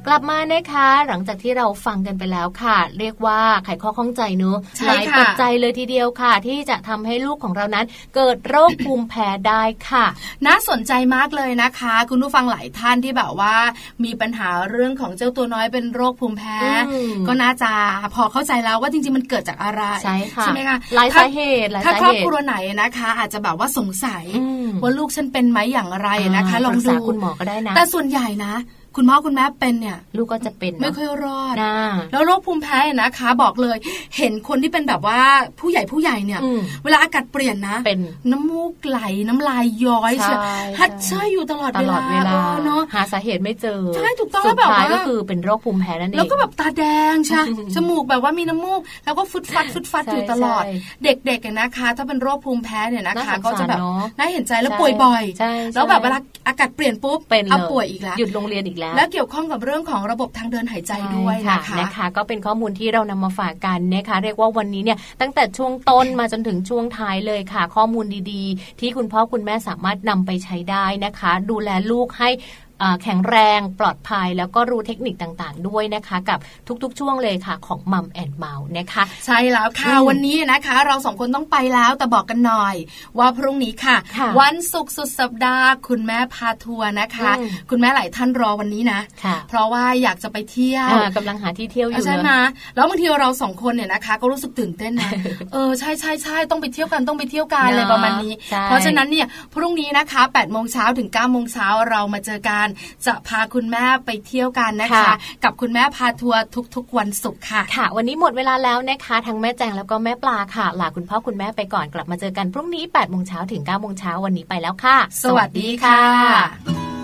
กลับมานะคะ หลังจากที่เราฟังกันไปแล้วค่ะ เรียกว่าไขข้อข้องใจเนอะ
ใช่
หลาย
ค่ะ
ปัจจัยเลยทีเดียวค่ะ ที่จะทำให้ลูกของเรานั้น เกิดโรคภูมิแพ้ได้ค่ะ
น่าสนใจมากเลยนะคะ คุณผู้ฟังหลายท่านที่แบบว่า มีปัญหาเรื่องของเจ้าตัวน้อยเป็นโรคภูมิแพ้
อืม
ก็น่าจะพอเข้าใจแล้วว่าจริงๆมันเกิดจากอะไร
ใช่ค่ะ
ใช่ไหมคะ
หลาย
ถ้
สาเหตุหลาย
ถ้า
สา
ครอบ
เหตุ
ครัวไหนนะคะ อาจจะแบบว่าสงสัย
อืม
ว่าลูกฉันเป็นไหมอย่างไรนะคะ ลอง
ปรึก
ดู
ษาคุณหมอก็ได้นะ
แต่ส่วนใหญ่นะ คุณพ่อคุณแม่เป็นเนี่ย
ลูกก็จะเป็นเนอะ
ไม่ค่อยรอด
นะ
แล้วโรคภูมิแพ้เนี่ยนะคะ บอกเลย เห็นคนที่เป็นแบบว่าผู้ใหญ่ผู้ใหญ่เนี่ย
อืม
เวลาอากาศเปลี่ยนนะ
เป็น
น้ำมูกไหลน้ำลายย้อย
ใช่
ฮัดเชยอยู่ตลอด
ต
เว
ล
ลา
อดเวลา
ออเนาะ
หาสาเหตุไม่เจอ
ใช่ถูกต้อง
สุดท้าย
แล้วแบบว่า
ก็คือเป็นโรคภูมิแพ้นั่นเอง
แล้วก็แบบตาแดงใช่ จมูกแบบว่ามีน้ำมูก แล้วก็ฟึดฟัดฟึดฟัด
ใช่
อยู่ตลอด
ใช่
เด็กๆอะนะคะ ถ้าเป็นโรคภูมิแพ้เนี่ยนะคะ
น่าสงสาร
ก็จะแบบ
เนอะ
น่าเห็นใจแล้ว
ใช่
ป่วยบ่อย
ใช่ใช่
แล้วแบบเวลาอากาศเปลี่ยนปุ๊บ
เป็นเลย
อาป่วยอีกแล้ว
หยุดโรงเรียนอีกแล้ว
แล้วเกี่ยวข้องกับเรื่องของระบบทางเดินหายใจด้วย
ใช่
นะคะ
นะคะก็เป็นข้อมูลที่เรานำมาฝากกันนะคะ เรียกว่าวันนี้เนี่ยตั้งแต่ช่วงต้นมาจนถึงช่วงท้ายเลยค่ะ ข้อมูลดีๆ ที่คุณพ่อคุณแม่สามารถนำไปใช้ได้นะคะ ดูแลลูกให้เอ่อแข็งแรงปลอดภัย แล้วก็รู้เทคนิคต่างๆ ด้วยนะคะ กับทุกๆ ช่วงเลยค่ะของมัมแอนเมาส์นะคะ
ใช่แล้วค่ะ
อืม
วันนี้นะคะ เราสองคนต้องไปแล้วแต่บอกกันหน่อย ว่าพรุ่งนี้ค่ะ
ค่ะ
วันศุกร์สุดสัปดาห์ คุณแม่พาทัวร์นะคะ
อืม
คุณแม่หลายท่านรอวันนี้นะ
ค่ะ
เพราะว่าอยากจะไปเที่ยว
อ่ากำลังหาที่เที่ยวอยู่
ใช่ไห
เล
ม
ย
แล้วบางทีเราสองคนเนี่ยนะคะ ก็รู้สึกตื่นเต้น นะ เออใช่ใช่ใช่ต้องไปเที่ยวกันต้องไปเที่ยวกัน
เนอะ
อะไรประมาณนี้
ใช่
เพราะฉะนั้นเนี่ยพรุ่งนี้นะคะ8ปดโมงเช้าถึง9ก้าโมงเช้าเรามาเจอกันจะพาคุณแม่ไปเที่ยวกันนะคะ กับคุณแม่พาทัวร์ทุกๆ วันศุกร์ค่ะ
ค่ะ วันนี้หมดเวลาแล้วนะคะทั้งแม่แจงแล้วก็แม่ปลาค่ะลาคุณพ่อคุณแม่ไปก่อนกลับมาเจอกันพรุ่งนี้8ปดโมงเช้าถึง9ก้าโมงเช้าวันนี้ไปแล้วค่ะ
สวัสดีค่ะ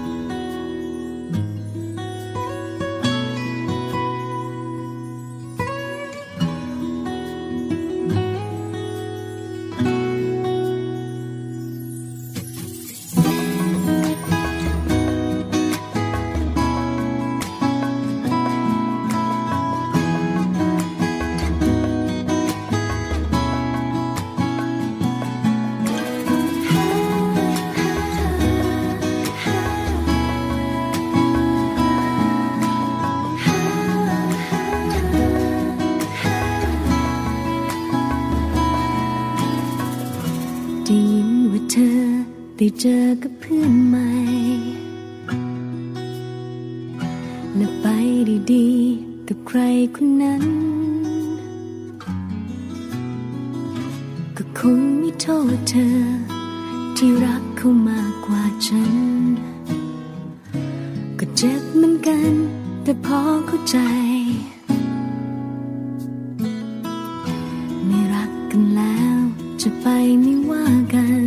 ได้ยินว่าเธอไปเจอกับเพื่อนใหม่ และไปดีๆ กับใครคนนั้น ก็คงไม่โทษเธอ ที่รักเขามากกว่าฉัน ก็เจ็บเหมือนกัน แต่พอเข้าใจ ไม่รักกันแล้วจะไปไม่ว่ากัน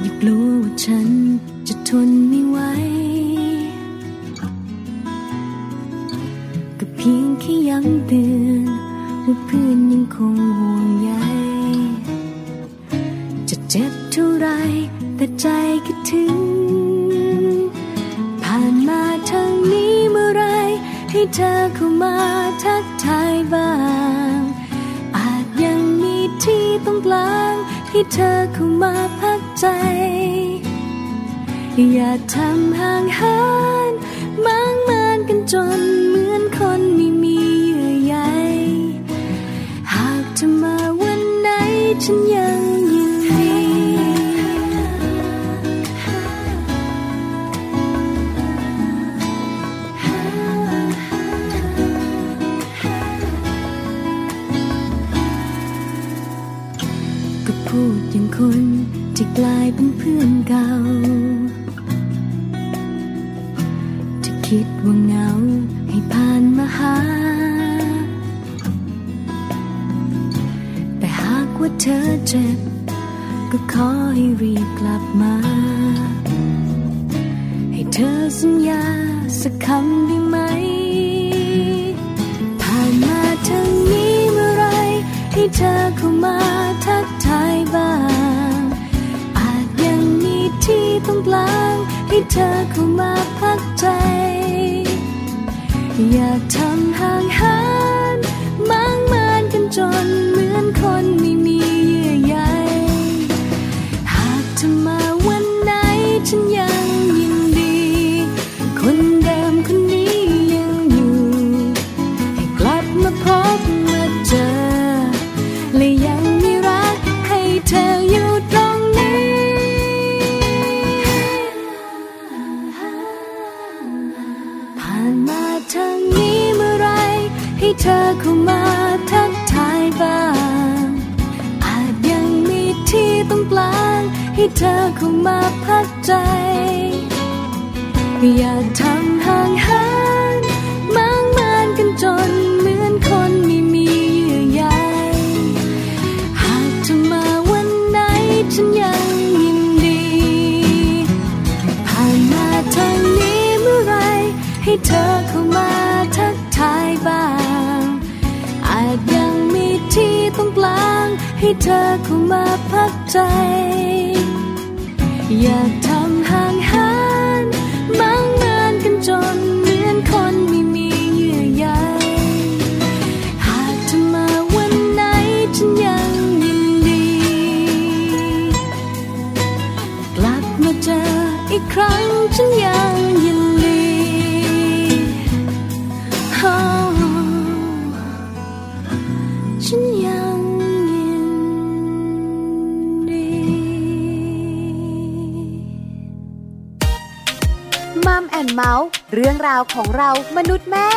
อย่ากลัวว่าฉันจะทนไม่ไหว ก็เพียงแค่ย้ำเตือนว่าเพื่อนยังคงห่วงใย จะเจ็บเท่าไรแต่ใจคิดถึง ผ่านมาทางนี้เมื่อไร ให้เธอเข้ามาทักทายบ้าง อาจยังมีที่ตรงกลางให้เธอเข้ามาพักใจ อย่าทำห่างเหินมั่งมานกันจนเหมือนคนไม่มีเยื่อใย หากจะมาวันไหนฉันยังยินดี ก็พูดอย่างคนที่กลายเป็นเพื่อนเก่า จะคิดว่าเหงาให้ผ่านมาหา แต่หากว่าเธอเจ็บ ก็ขอให้รีบกลับมา ให้เธอสัญญาสักคำได้ไหม ผ่านมาทางนี้เมื่อไร ให้เธอเข้ามาทักทายบ้าง อาจยังมีที่ตรงกลางให้เธอเข้ามาพักใจ อยากทำห่างหานมังมานกันจนเหมือนคนไม่มีเยื่อใย หากเธอมาวันไหนฉันยังยินดี านมาทางนี้เมื่อไรให้เธอเข้ามาทักทายบ้าง อาจยังมีที่ต้องกลางให้เธอเข้ามาพักใจ อย่าทำห่างหานมางมานกันจนเหมือนคนไม่มีเยื่อใย หากเธอมาวันไหนฉันยังยินดี ผ่านมาทางนี้เมื่อไหรให้เธอเข้ามาทักทายบ้าง อาจยังมีที่ต้องกลาง ให้เธอเข้ามาพักใจ อยากทำห่างหานบางเมินกันจนเหมือนคนไม่มีเยื่อใย หากเธอมาวันไหนฉันยังยินดี กลับมาเจออีกครั้งฉันยังยินดี Oh, ฉันยังยินดี
มัมแอนเมาส์เรื่องราวของเรามนุษย์แม่